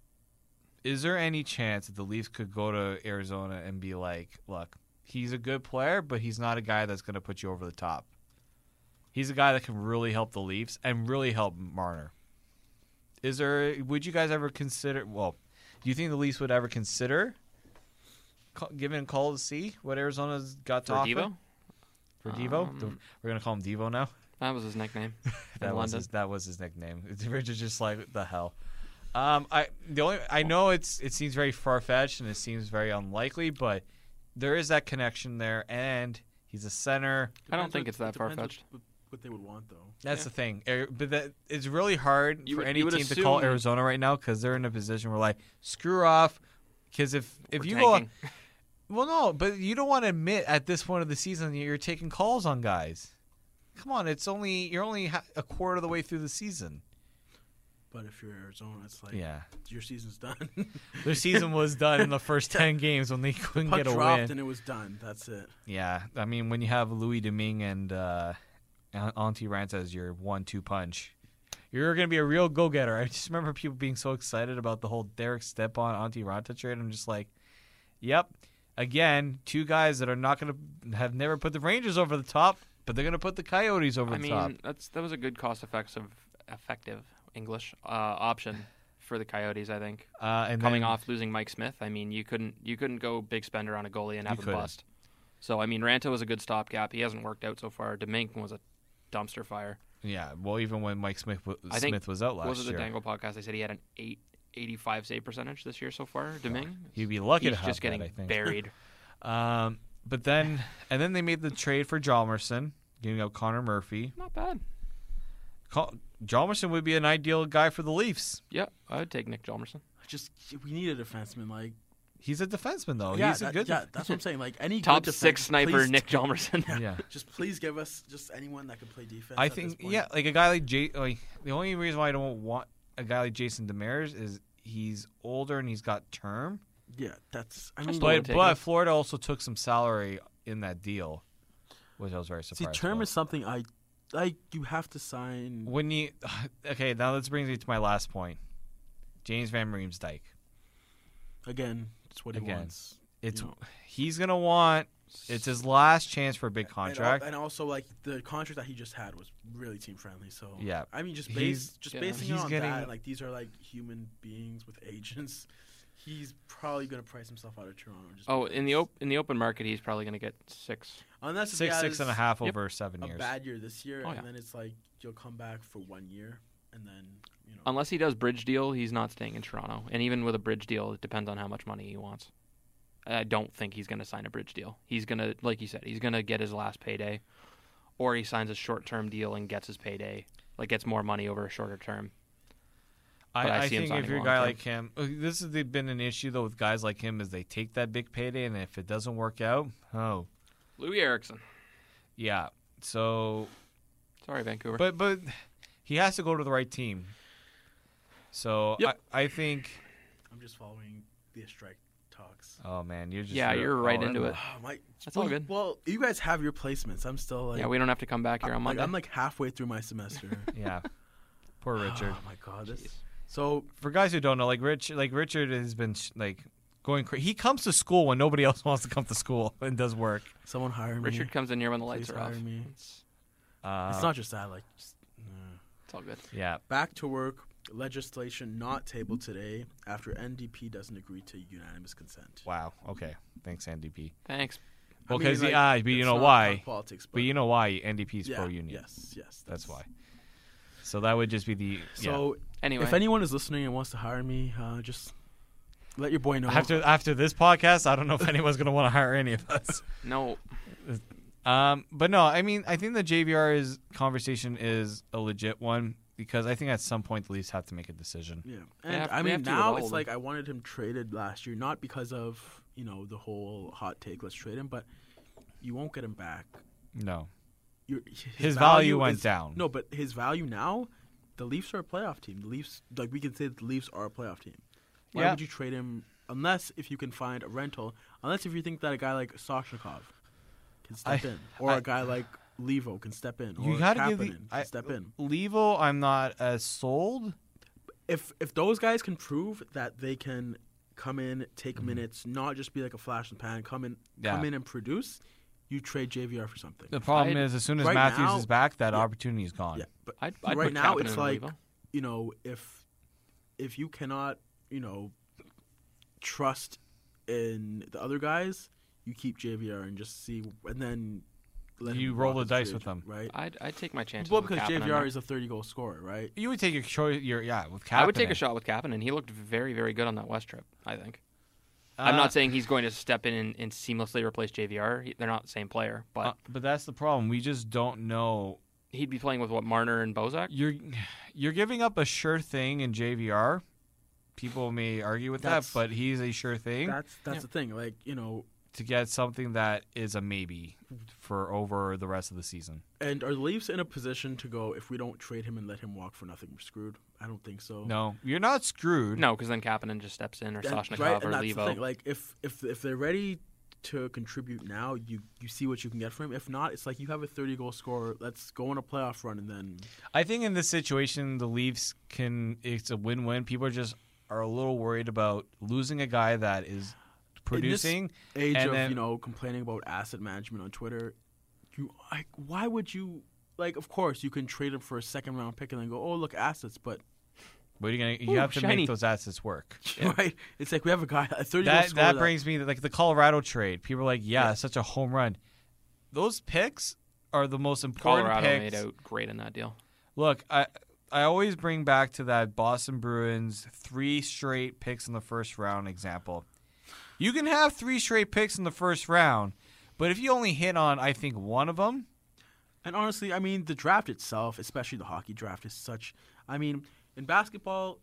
is there any chance that the Leafs could go to Arizona and be like, "Look, he's a good player, but he's not a guy that's going to put you over the top. He's a guy that can really help the Leafs and really help Marner." Is there? Would you guys ever consider? Well, do you think the Leafs would ever consider ca- giving a call to see what Arizona's got to for offer Devo. for Devo? Um, The- We're going to call him Devo now. That was his nickname. That in was London. his, that was his nickname. Richard's just like the hell. Um, I the only I know it's it seems very far fetched and it seems very unlikely, but there is that connection there, and he's a center. I don't Depends think what- it's that it depends far-fetched. What, what they would want though. That's Yeah. the thing. Er, But that it's really hard You for would- any you would team to call assume- Arizona right now because they're in a position where like screw off, because if if We're you tanking. go, well, no, but you don't want to admit at this point of the season that you're taking calls on guys. Come on, it's only you're only ha- a quarter of the way through the season. But if you're Arizona, it's like Yeah, your season's done. their season was done in the first ten games when they couldn't Puck get a dropped win. and it was done. That's it. Yeah, I mean when you have Louis Domingue and uh, An- Auntie Rance as your one-two punch, you're gonna be a real go-getter. I just remember people being so excited about the whole Derek Stepan Auntie Ranta trade. I'm just like, yep, again, two guys that are not gonna have never put the Rangers over the top, but they're gonna put the Coyotes over I the mean, top. that's that was a good cost effects of effective English uh, option for the Coyotes. I think Uh, and coming then- off losing Mike Smith, I mean, you couldn't you couldn't go big spender on a goalie and have him couldn't. bust. So I mean, Ranta was a good stopgap. He hasn't worked out so far. Domingue was a dumpster fire. yeah, well, even when Mike Smith w- I think- Smith was out last was it the year, Dangle podcast? They said he had an eight. 85 save percentage this year so far, Domingue. he'd be lucky to He's have just that, getting I think. buried. Um, but then and then they made the trade for Jalmerson, giving up Connor Murphy. Not bad. Col- Jalmerson would be an ideal guy for the Leafs. Yeah, I would take Nick Jalmerson. Just we need a defenseman. Like He's a defenseman though. yeah, Oh, He's a that- good. yeah, that's what I'm saying. Like any Top good six defense- sniper please- Nick Jalmerson. Yeah. Just please give us just anyone that can play defense. I at this think point. yeah, like a guy like Jay. Like the only reason why I don't want a guy like Jason Demers is he's older and he's got term. yeah. That's I I mean, still would But take but it. Florida also took some salary in that deal, which I was very see, surprised. term about. is something I like. You have to sign. when you okay. Now this brings me to my last point. James Van Riemsdyk. Again, it's what he Again. wants. It's You know. he's gonna want. It's his last chance for a big And al- contract. And, also, like the contract that he just had was really team friendly. So Yeah. I mean, just He's- base, just yeah. basing He's it on getting- that, like these are like human beings with agents. He's probably gonna price himself out of Toronto. Just Oh, in the op- in the open market, he's probably going to get six. unless the Six guy six and a has half Yep. over seven A years. bad year this year, Oh, yeah. and then it's like you'll come back for one year, and then you know. Unless he does bridge deal, he's not staying in Toronto. And even with a bridge deal, it depends on how much money he wants. I don't think he's going to sign a bridge deal. He's going to, like you said, he's going to get his last payday, or he signs a short term deal and gets his payday, like gets more money over a shorter term. I, but I I see think him if signing you're a long guy term. like him, uh, this has been an issue though with guys like him is they take that big payday and if it doesn't work out, oh Louis Erickson. yeah. So, Sorry, Vancouver. but but he has to go to the right team. So Yep. I, I think. I'm just following the strike talks. Oh man, you're just yeah, you're right oh, into it. Oh, my, That's well, all good. Well, you guys have your placements. I'm still like, yeah, we don't have to come back here on I'm, like Monday. I'm like halfway through my semester. Yeah, poor Richard. Oh my god, this. Jeez. So For guys who don't know, like Rich, like Richard has been sh- like going crazy. He comes to school when nobody else wants to come to school and does work. someone hire me. Richard comes in here when the lights Please are off. hire me. It's, Uh, It's not just that. Like, just, uh. it's all good. yeah. back to work. Legislation not tabled today after NDP doesn't agree to unanimous consent. Wow. Okay. Thanks, NDP. Thanks. Well, I mean, 'cause like, yeah, but you it's know not why. about Politics, but, But you know why NDP is yeah, pro union. Yes, yes, That's why. So that would just be the so So Anyway, if anyone is listening and wants to hire me, uh, just let your boy know. after after this podcast, I don't know if anyone's going to want to hire any of us. no, Um, but no, I mean, I think the JVR is conversation is a legit one because I think at some point the Leafs have to make a decision. Yeah, They and have- I they mean have to now with all it's of like I wanted him traded last year, not because of you know the whole hot take. Let's trade him, but you won't get him back. No, Your, His value went is- down. No, but his value now, the Leafs are a playoff team. The Leafs, like we can say, that the Leafs are a playoff team. Why Yeah. would you trade him unless if you can find a rental? Unless if you think that a guy like Soshnikov can step I- in, or I- a guy like Levo can step in, you or got to give Kapanen the can I, step in. Levo, I'm not as sold. if if those guys can prove that they can come in, take minutes, not just be like a flash in the pan, come in, Mm-hmm. Yeah. come in and produce, you trade JVR for something. The problem I'd- is, as soon as right Matthews now- is back, that opportunity is gone. yeah, but I'd, I'd right put now Kapanen it's and like Levo. you know if if you cannot you know trust in the other guys, you keep JVR and just see, and then let You him roll rock the dice his free with agent, them. right? I'd, I'd take my chances. Well, with because Kapanen. JVR is a thirty-goal scorer, right? You would take your choice. Your yeah, with Kapanen. I would take a shot with Kapanen. He looked very, very good on that West trip. I think. I'm Uh, not saying he's going to step in and, and seamlessly replace JVR. He- They're not the same player, but uh, but that's the problem. We just don't know he'd be playing with what Marner and Bozak. you're you're giving up a sure thing in JVR. People may argue with That's- that, but he's a sure thing. That's that's Yeah. the thing. Like you know, to get something that is a maybe for over the rest of the season. And are the Leafs in a position to go if we don't trade him and let him walk for nothing? We're screwed. I don't think so. No, you're not screwed. No, because then Kapanen just steps in or That- Soshnikov right, or and that's the Levo. thing. Like if if if they're ready to contribute now, you you see what you can get from him. If not, it's like you have a thirty goal scorer. Let's go on a playoff run and then I think in this situation, the Leafs can. It's a win-win. People are just are a little worried about losing a guy that is producing. age And of then- you know complaining about asset management on Twitter. You like why would you like? Of course you can trade him for a second round pick and then go oh look assets, but But you're gonna you Ooh, have to shiny. make those assets work. right, it's like we have a guy a thirty goal That scorer. that brings me to, like the Colorado trade. People are like, yeah, such a home run. Those picks are the most important Colorado picks. made out great in that deal. Look, I I always bring back to that Boston Bruins three straight picks in the first round example. You can have three straight picks in the first round, but if you only hit on I think one of them, And honestly, I mean, the draft itself, especially the hockey draft, is such. I mean, in basketball,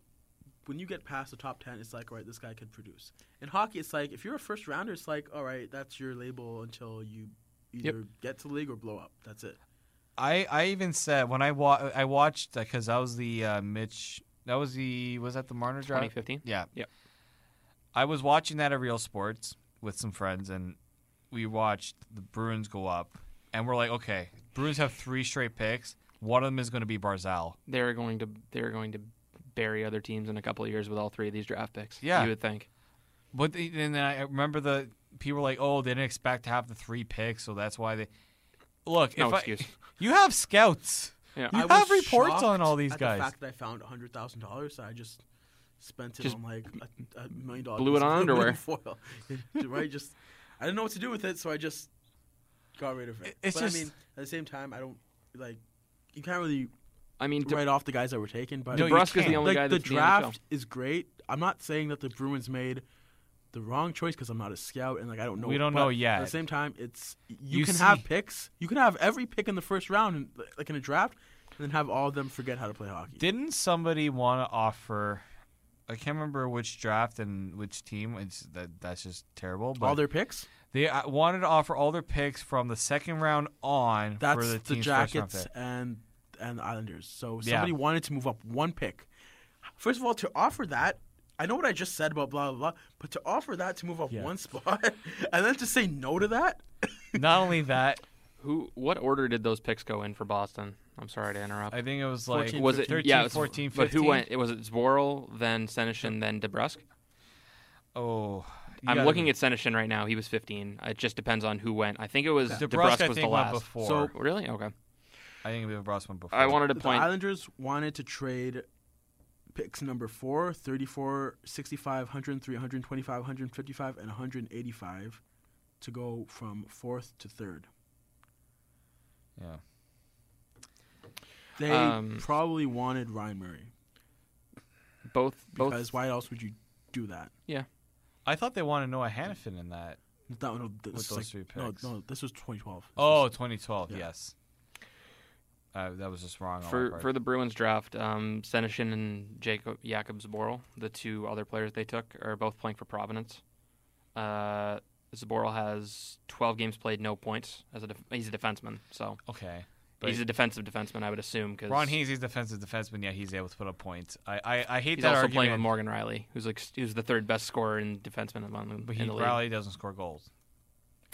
when you get past the top 10, it's like, all right, this guy could produce. In hockey, it's like, if you're a first rounder, it's like, all right, that's your label until you either get to the league or blow up. That's it. I I even said when I wa- I watched because that was the uh, Mitch that was the was that the Marner draft 2015. yeah Yep. I was watching that at Real Sports with some friends and we watched the Bruins go up and we're like okay Bruins have three straight picks one of them is going to be Barzal They're going to they're going to bury other teams in a couple of years with all three of these draft picks. Yeah. you would think. But the- and then I remember the people were like, "Oh, they didn't expect to have the three picks, so that's why they." Look, No if I- excuse. you have scouts. Yeah. You I have was reports on shocked all these at guys. The fact that I found $100,000, I just spent it Just on like a, a million dollars. blew it on underwear. Foil. right? Just, I didn't know what to do with it, so I just got rid of it. It's but just- I mean, at the same time, I don't, like, you can't really I mean, De- write off the guys that were taken. But No, you DeBrusque is can't. the only like guy the that's in the draft NFL. is great. I'm not saying that the Bruins made the wrong choice because I'm not a scout and like I don't know. We don't but know yet. At the same time, it's you, You can see- have picks. You can have every pick in the first round, and, like in a draft, and then have all of them forget how to play hockey. Didn't somebody want to offer? I can't remember which draft and which team. It's that that's just terrible. But all their picks. they uh, wanted to offer all their picks from the second round on for That's the the, team's first round Jackets pick. and and the Islanders. So Yeah. somebody wanted to move up one pick. First of all, to offer that, I know what I just said about blah blah blah, but to offer that to move up Yeah. one spot and then to say no to that. Not only that, who? What order did those picks go in for Boston? I'm sorry to interrupt. I think it was like 14, was it 13, yeah, it was- 14, 15. But who went? It was it Zboril, then Senishin, then DeBrusque. Oh, you I'm gotta- looking at Senishin right now. He was 15. It just depends on who went. I think it was DeBrusque. DeBrusque was I the think went last. before. So- Really? Okay. I think it was DeBrusque went before. I wanted to the point. Islanders wanted to trade picks number 4, 34, 65, 103, 125, 155, and 185 to go from fourth to third. Yeah. They Um, probably wanted Ryan Murray both both because why else would you do that? I thought they wanted Noah Hannafin in that. That one, this With is those like- three no, picks. no, this was 2012. This Oh, was- 2012, Yeah. yes. Uh, that was just wrong. on my for part. for the Bruins draft. Um, Senishin and Jacob Jakob Zboril, the two other players they took, are both playing for Providence. Uh, Zboril has 12 games played, no points. As a def- he's a defenseman, so okay. But he's a defensive defenseman, I would assume. Because Ron Hainsey's defensive defenseman. Yeah, he's able to put up points. I I, I hate He's that also argument. playing with Morgan Riley, who's like who's the third best scorer in defenseman among them but in he the league. Riley doesn't score goals.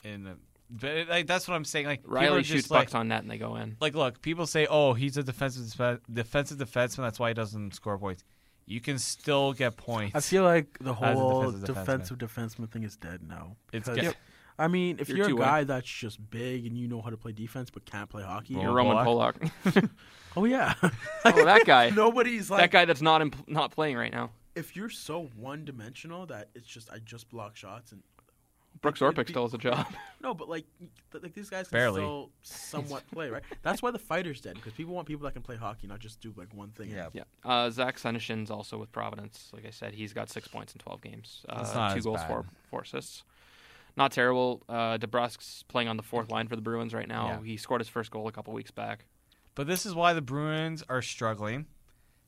In the, but it- like, that's what I'm saying. Like people are Riley just shoots like, pucks on net and they go in. Like, look, people say, "Oh, he's a defensive despe- defensive defenseman. That's why he doesn't score points." You can still get points. I feel like the a whole defensive defensive defenseman thing is dead now. It's because- get- Yep. I mean, if You're you're, too a wide. guy that's just big and you know how to play defense but can't play hockey, Well, You're Oh, Roman Polak. Polak. oh yeah, oh, that guy. nobody's like that guy that's not in, not playing right now. if you're so one dimensional that it's just I just block shots and Brooks It'd Orpik be- still has a job. no, but like th- like these guys can Barely. still somewhat play, right? That's why the fighters dead because people want people that can play hockey, not just do like one thing. yeah, yeah. Uh, Zach Senishin's also with Providence. Like I said, he's got six points in 12 games. Uh, That's not two as goals, bad. four, four assists. Not terrible. Uh, DeBrusque's playing on the fourth line for the Bruins right now. Yeah. He scored his first goal a couple weeks back. But this is why the Bruins are struggling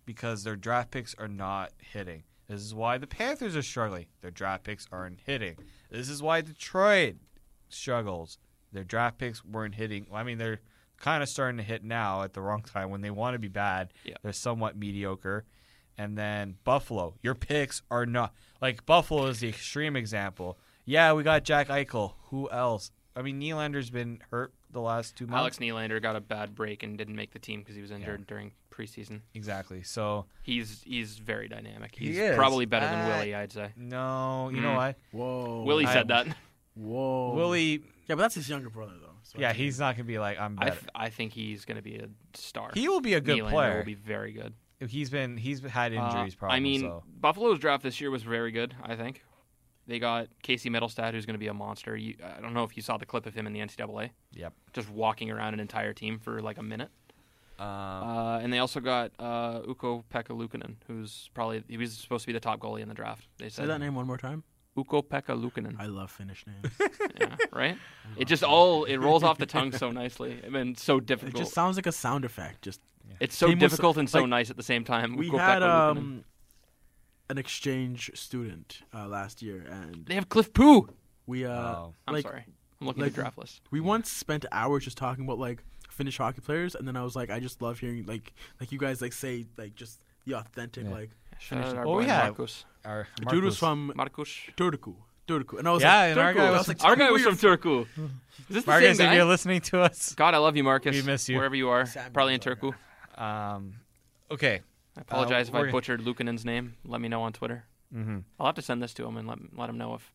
because their draft picks are not hitting. This is why the Panthers are struggling. Their draft picks aren't hitting. This is why Detroit struggles. Their draft picks weren't hitting. Well, I mean, they're kind of starting to hit now at the wrong time when they want to be bad. Yeah. They're somewhat mediocre. And then Buffalo, your picks are not like Buffalo is the extreme example. Yeah, we got Jack Eichel. Who else? I mean, Nylander's been hurt the last two months. Alex Nylander got a bad break and didn't make the team because he was injured during preseason. Exactly. So He's he's very dynamic. He He's is. probably better than Uh, Willie, I'd say. no, you know Mm. what? Whoa. Willie Oh, I- said that. Whoa. Willie, Yeah, but that's his younger brother though. So yeah, he's not gonna be like I'm I, better. th- I think he's going to be a star. he will be a good Nylander player. will be very good. he's been he's had Uh, injuries problems. I mean, so. Buffalo's draft this year was very good. I think they got Casey Middlestad, who's going to be a monster. You, I don't know if you saw the clip of him in the NCAA, yep. just walking around an entire team for like a minute. Um, Uh, and they also got uh, Uko Pekalukinen, who's probably he was supposed to be the top goalie in the draft. They Say said that name one more time. Uko Pekalukinen. I love Finnish names. yeah, right? It just all it rolls off the tongue so nicely. I mean, so it difficult. just sounds like a sound effect. Just it's so Came with- difficult and so like, nice at the same time. we Ukko had Pekalukinen. um an exchange student uh, last year, and they have Cliff Poo. we uh Oh. I'm like sorry. I'm looking like- at the draft list. we once spent hours just talking about like Finnish hockey players, and then I was like, I just love hearing like like you guys like say like just the authentic Yeah. like Shout out our Oh, boy yeah. Marcus. our the dude was Marcus- from Marcus. Turku, Turku, and I was Yeah, like, and our Turku. guy I was was from like, Our guy "Tell me was where from Turku. Is this the Marcus, same if guy? you're listening to us, God, I love you, Marcus. We miss you. Wherever you are, Sad probably in boy, Turku. um, okay. I apologize if I we're- butchered Lukanen's name. Let me know on Twitter. Mm-hmm. I'll have to send this to him and let, let him know if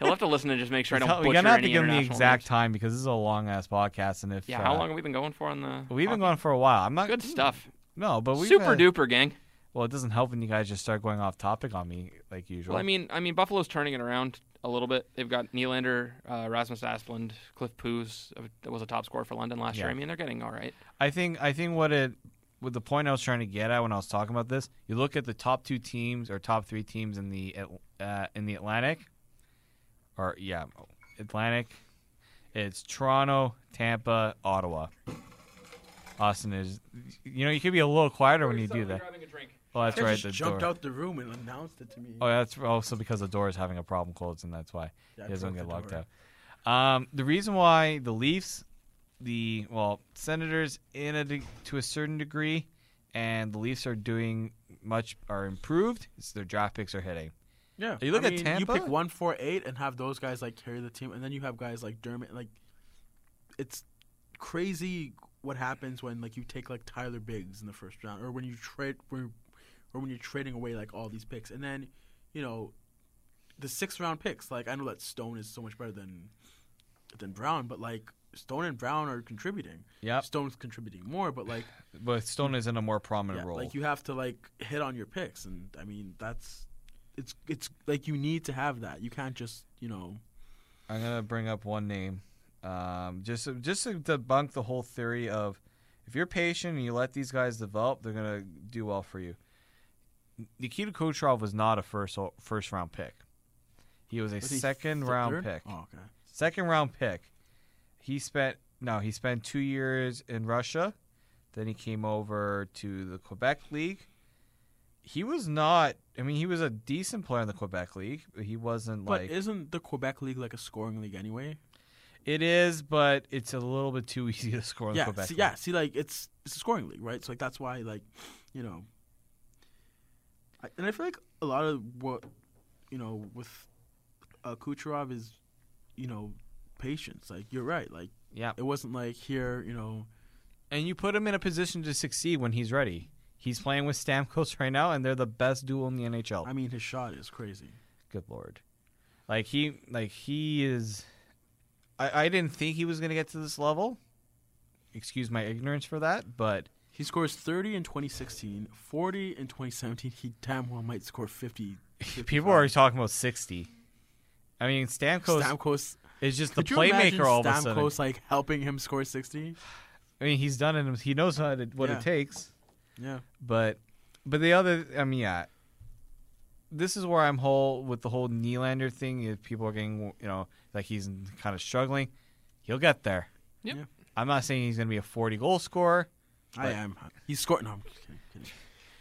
he'll have to listen and just make sure I don't Tell- butcher We're gonna have to any give them the international exact names. time because this is a long ass podcast, and if Yeah, uh, how long have we been going for on the? We've been hockey? going Mm. for a while. I'm not Good stuff. No, but we Super duper gang. Well, it doesn't help when you guys just start going off topic on me like usual. Well, I mean, I mean, Buffalo's turning it around a little bit. They've got Nylander, uh, Rasmus Asplund, Cliff Poos. uh, That was a top scorer for London last year. Yeah. I mean, they're getting all right. I think I think what it with the point I was trying to get at when I was talking about this, you look at the top two teams or top three teams in the At- uh, in the Atlantic, or yeah, Atlantic. It's Toronto, Tampa, Ottawa. Austin is, you know, you could be a little quieter when you do that. Well, that's I right. just The jumped door. out the room and announced it to me. Oh, that's also because the door is having a problem closing. That's why Yeah, I he doesn't broke get the locked door. out. Um, the reason why the Leafs, the well, Senators in a de- to a certain degree, and the Leafs are doing much are improved. Is their draft picks are hitting. Yeah, You look I at mean, You Tampa? pick one, four, eight, and have those guys like carry the team, and then you have guys like Dermot. Like, it's crazy what happens when like you take like Tyler Biggs in the first round, or when you trade, or, or when you're trading away like all these picks, and then you know the sixth round picks. Like, I know that Stone is so much better than than Brown, but like Stone and Brown are contributing. Yep, Stone's contributing more, but like but Stone is in a more prominent yeah, role. like you have to like hit on your picks, and I mean that's it's it's like you need to have that. You can't just you know I'm gonna bring up one name, um, just just to debunk the whole theory of if you're patient and you let these guys develop, they're gonna do well for you. Nikita Kucherov was not a first first round pick. He was a was he second th- round third? pick. Oh, okay. Second round pick. He spent no, he spent two years in Russia. Then he came over to the Quebec League. He was not. I mean, he was a decent player in the Quebec League, but he wasn't But like isn't the Quebec League like a scoring league anyway? it is, but it's a little bit too easy to score in yeah, the Quebec. see, League. yeah. See, like it's it's a scoring league, right? So like that's why like you know, I, and I feel like a lot of what you know with uh, Kucherov is you know patience. Like you're right. Like yeah. it wasn't like here you know And you put him in a position to succeed when he's ready. He's playing with Stamkos right now, and they're the best duo in the NHL. I mean his shot is crazy. good lord like he like he is i i didn't think he was going to get to this level excuse my ignorance for that but He scores 30 in 2016, 40 in 2017. He damn well might score 50. people are already talking about 60 i mean stamkos, Stamkos. is just the could you imagine playmaker all of a Stamkos sudden like helping him score 60? i mean he's done it he knows how to, what Yeah. it takes Yeah. But but the other I mean yeah. This is where I'm whole with the whole Nylander thing. If people are getting you know like he's kind of struggling, he'll get there. Yep. Yeah. I'm not saying he's going to be a 40 goal scorer. I But- am. He's scoring. No, I'm kidding, kidding.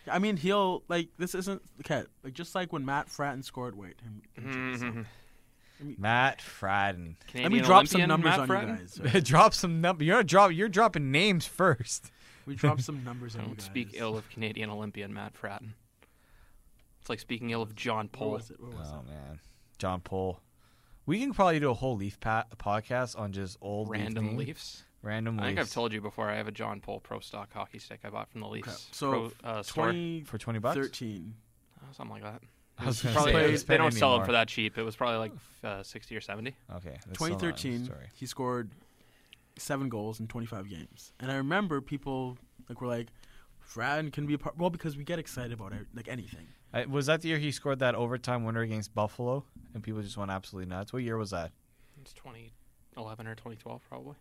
I mean, he'll like this isn't okay. Like just like when Matt Fratton scored, wait, him, him so- Matt Fradden. let me Mm-hmm. Canadian drop some Olympian, numbers Matt on Fratton? you guys. Sorry. drop some number. You're drop. You're dropping names first. We dropped some numbers on you Don't guys. speak ill of Canadian Olympian Matt Fratton. It's like speaking ill of John What Paul. was it? What was Uh, Oh man, John Paul. We can probably do a whole Leaf pa- podcast on just old Leaf Random names. Leafs. Random I Leafs. think I've told you before. I have a John Paul Pro Stock hockey stick I bought from the it? Leafs. Okay, So Pro, uh, store. twenty for twenty bucks. thirteen. Oh, something like that. I was gonna Probably say, I played- was they don't spending sell more. them for that cheap. It was probably like uh, sixty or seventy. Okay, that's still not a 2013, story. he scored seven goals in 25 games. And I remember people like were like, Fratton can be a part. Well, because we get excited about it, like anything. I, was that the year he scored that overtime winner against Buffalo, and people just went absolutely nuts? What year was that? It's twenty eleven or twenty twelve probably.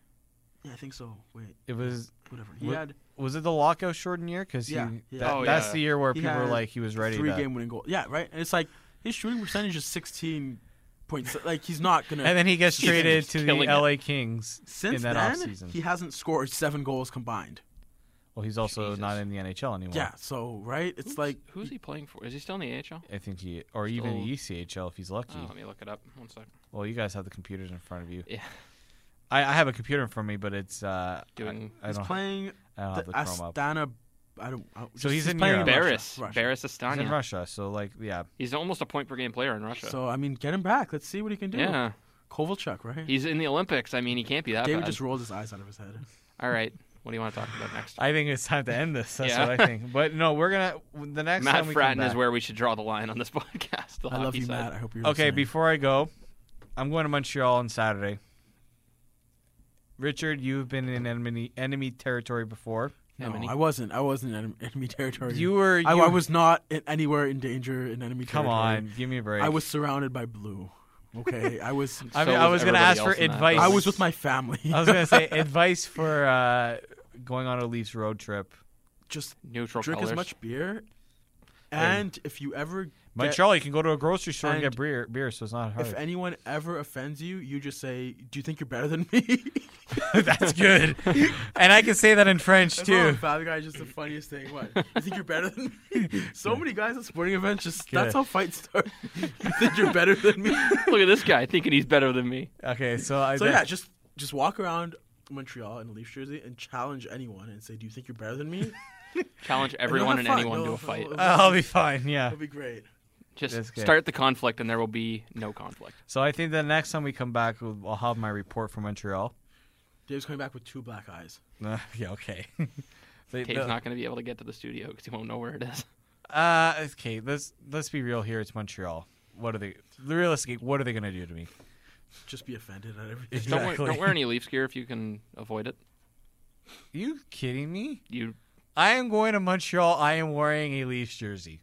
Yeah, I think so. Wait, It was whatever. He What- had was it the lockout shortened year? Because Yeah, he, yeah. that- Oh, that's yeah. the year where He people were had like he was ready. three to, game winning goal. Yeah, right. And it's like his shooting percentage is 16 points. Like he's not gonna. and then he gets He's traded just to the killing it. LA Kings since in that then, offseason. he hasn't scored seven goals combined. well, he's also Jesus. not in the NHL anymore. Yeah. So right, it's Who's- like who's he playing for? Is he still in the AHL? I think he, or even Still- the E ECHL if he's lucky. Oh, let me look it up. One sec. Well, you guys have the computers in front of you. Yeah, I, I have a computer in front of me, but it's uh, Doing- I, I he's don't, playing I don't the have the Chrome up. Astana. I don't. I, just- he's in playing Europe. Russia, Barris, Russia. Barris He's in Astana. Russia, so like, yeah, He's almost a point per game player in Russia. So I mean, get him back. Let's see what he can do. yeah, Kovalchuk, right? he's in the Olympics. I mean, he can't be that David bad. just rolled his eyes out of his head. All right, what do you want to talk about next? I think it's time to end this. That's Yeah. what I think. But no, we're gonna the next Matt time we come Fratton is back- where we should draw the line on this podcast. the I love hockey you, side. Matt. I hope you're Okay, listening. before I go, I'm going to Montreal on Saturday. Richard, you've been in enemy enemy territory before. no, Emily. I wasn't. I wasn't in enemy territory. You were. I, you- I was not in anywhere in danger in enemy Come territory. on, give me a break. I was surrounded by blue. Okay, I was. I mean, So I was was going to everybody ask for else in that advice. place. I was with my family. I was going to say advice for uh, going on a Leafs road trip. just Neutral drink colors. as much beer, and if you ever get- Montreal, you can go to a grocery store and, And get beer, beer, so it's not if hard. anyone ever offends you, you just say, "Do you think you're better than me?" That's good, and I can say that in French That's too. Five guys just the funniest thing. What? You think you're better than me? So many guys at sporting events just Yeah. that's how fights start. you think you're better than me? Look at this guy thinking he's better than me. Okay, so I So that- yeah, just just walk around Montreal in a Leafs jersey and challenge anyone and say, "Do you think you're better than me?" Challenge everyone have and fun. anyone to No, a fight. no, no. I'll be fine. Yeah. That'd be great. Just That's good. start the conflict, and there will be no conflict. So I think the next time we come back, we'll- I'll have my report from Montreal. Dave's coming back with two black eyes. Uh, yeah. Okay. They- Dave's the- not going to be able to get to the studio because he won't know where it is. Uh, okay. Let's let's be real here. It's Montreal. What are they? Realistically, what are they gonna do to me? Just be offended at everything. Don't, wear, Exactly. don't wear any Leafs gear if you can avoid it. you kidding me? You I am going to Montreal. I am wearing a Leafs jersey.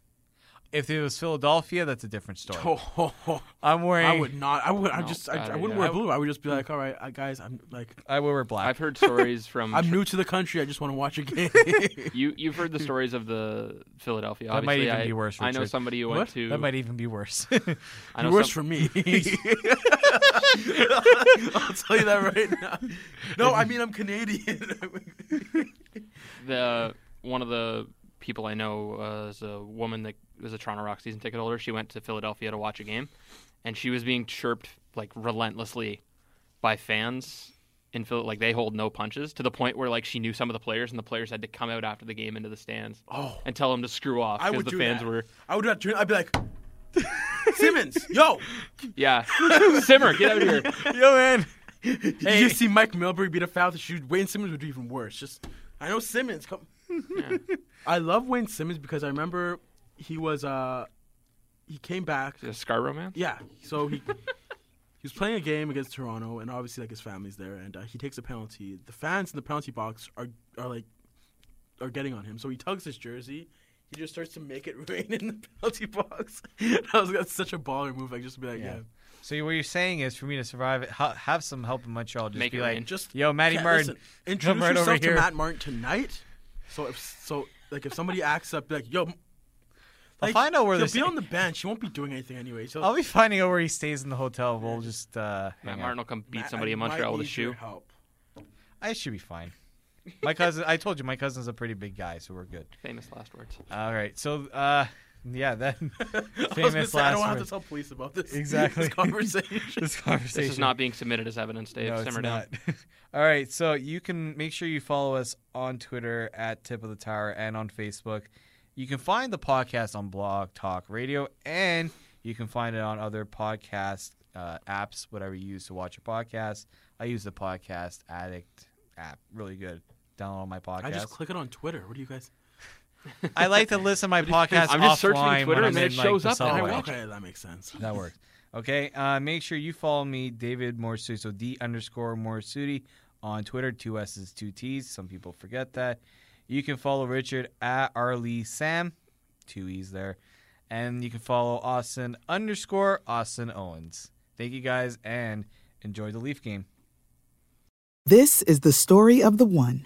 If it was Philadelphia, that's a different story. Oh, ho, ho. I'm wearing. I would not. I would. I No, just. I, God, I wouldn't yeah. wear blue. I would just be like, all right, I, guys. I'm like, I would wear black. I've heard stories from I'm new to the country. I just want to watch a game. you. You've heard the stories of the Philadelphia. That might Obviously, even I, be worse, I know Richard. somebody who What? went to. that might even be worse. I know Worse some- for me. I'll tell you that right now. No, I mean I'm Canadian. the one of the people I know uh, is a woman that was a Toronto Rock season ticket holder. She went to Philadelphia to watch a game, and she was being chirped like relentlessly by fans in Phil. Like they hold no punches to the point where like she knew some of the players, and the players had to come out after the game into the stands Oh. and tell them to screw off I because would the do fans that. were I would not. turn- I'd be like, Simmons, yo, yeah. Simmer, get out of here. Yo, man. did you see Mike Milbury beat a foul to shoot? Wayne Simmons would do even worse. Just, I know Simmons. Come. I love Wayne Simmons because I remember he was uh, he came back. The Scarborough man. Yeah. So he he was playing a game against Toronto, and obviously like his family's there, and uh, he takes a penalty. The fans in the penalty box are are like are getting on him, so he tugs his jersey. He just starts to make it rain in the penalty box. I was like, that's such a baller move. Like just to be like, Yeah. yeah, So what you're saying is for me to survive, it, ha- have some help in Montreal. Just Make be it like, rain. just yo, Matty Cat, Martin, listen, introduce right over yourself to here. Matt Martin tonight. So if so, like if somebody acts up, be like yo. Like, find out where he'll this- be on the bench. He won't be doing anything anyway. So I'll be finding out where he stays in the hotel. We'll just uh, hang Matt out. Martin will come beat Matt, somebody I in might Montreal with a need your shoe. Help. I should be fine. My cousin, I told you, my cousin's a pretty big guy, so we're good. Famous last words. All right, so uh, yeah, that I, was gonna famous say, I last don't words. have to tell police about this. Exactly. This conversation. this conversation This is not being submitted as evidence, Dave. No, Simmer it's down. not. All right, so you can make sure you follow us on Twitter at Tip of the Tower and on Facebook. You can find the podcast on Blog Talk Radio, and you can find it on other podcast uh, apps, whatever you use to watch your podcast. I use the Podcast Addict app, really good. Download my podcast. I just click it on Twitter. What do you guys? I like to listen to my podcast I'm just searching offline Twitter when and I'm then it in, like, shows the Oh, up and I subway. watch okay, that makes sense. That works. Okay. Uh, make sure you follow me, David Morsudi. So D underscore Morsudi on Twitter. Two S's, two T's. Some people forget that. You can follow Richard at Arlee Sam. Two E's there. And you can follow Austin underscore Austin Owens. Thank you guys and enjoy the Leaf game. This is the story of the one.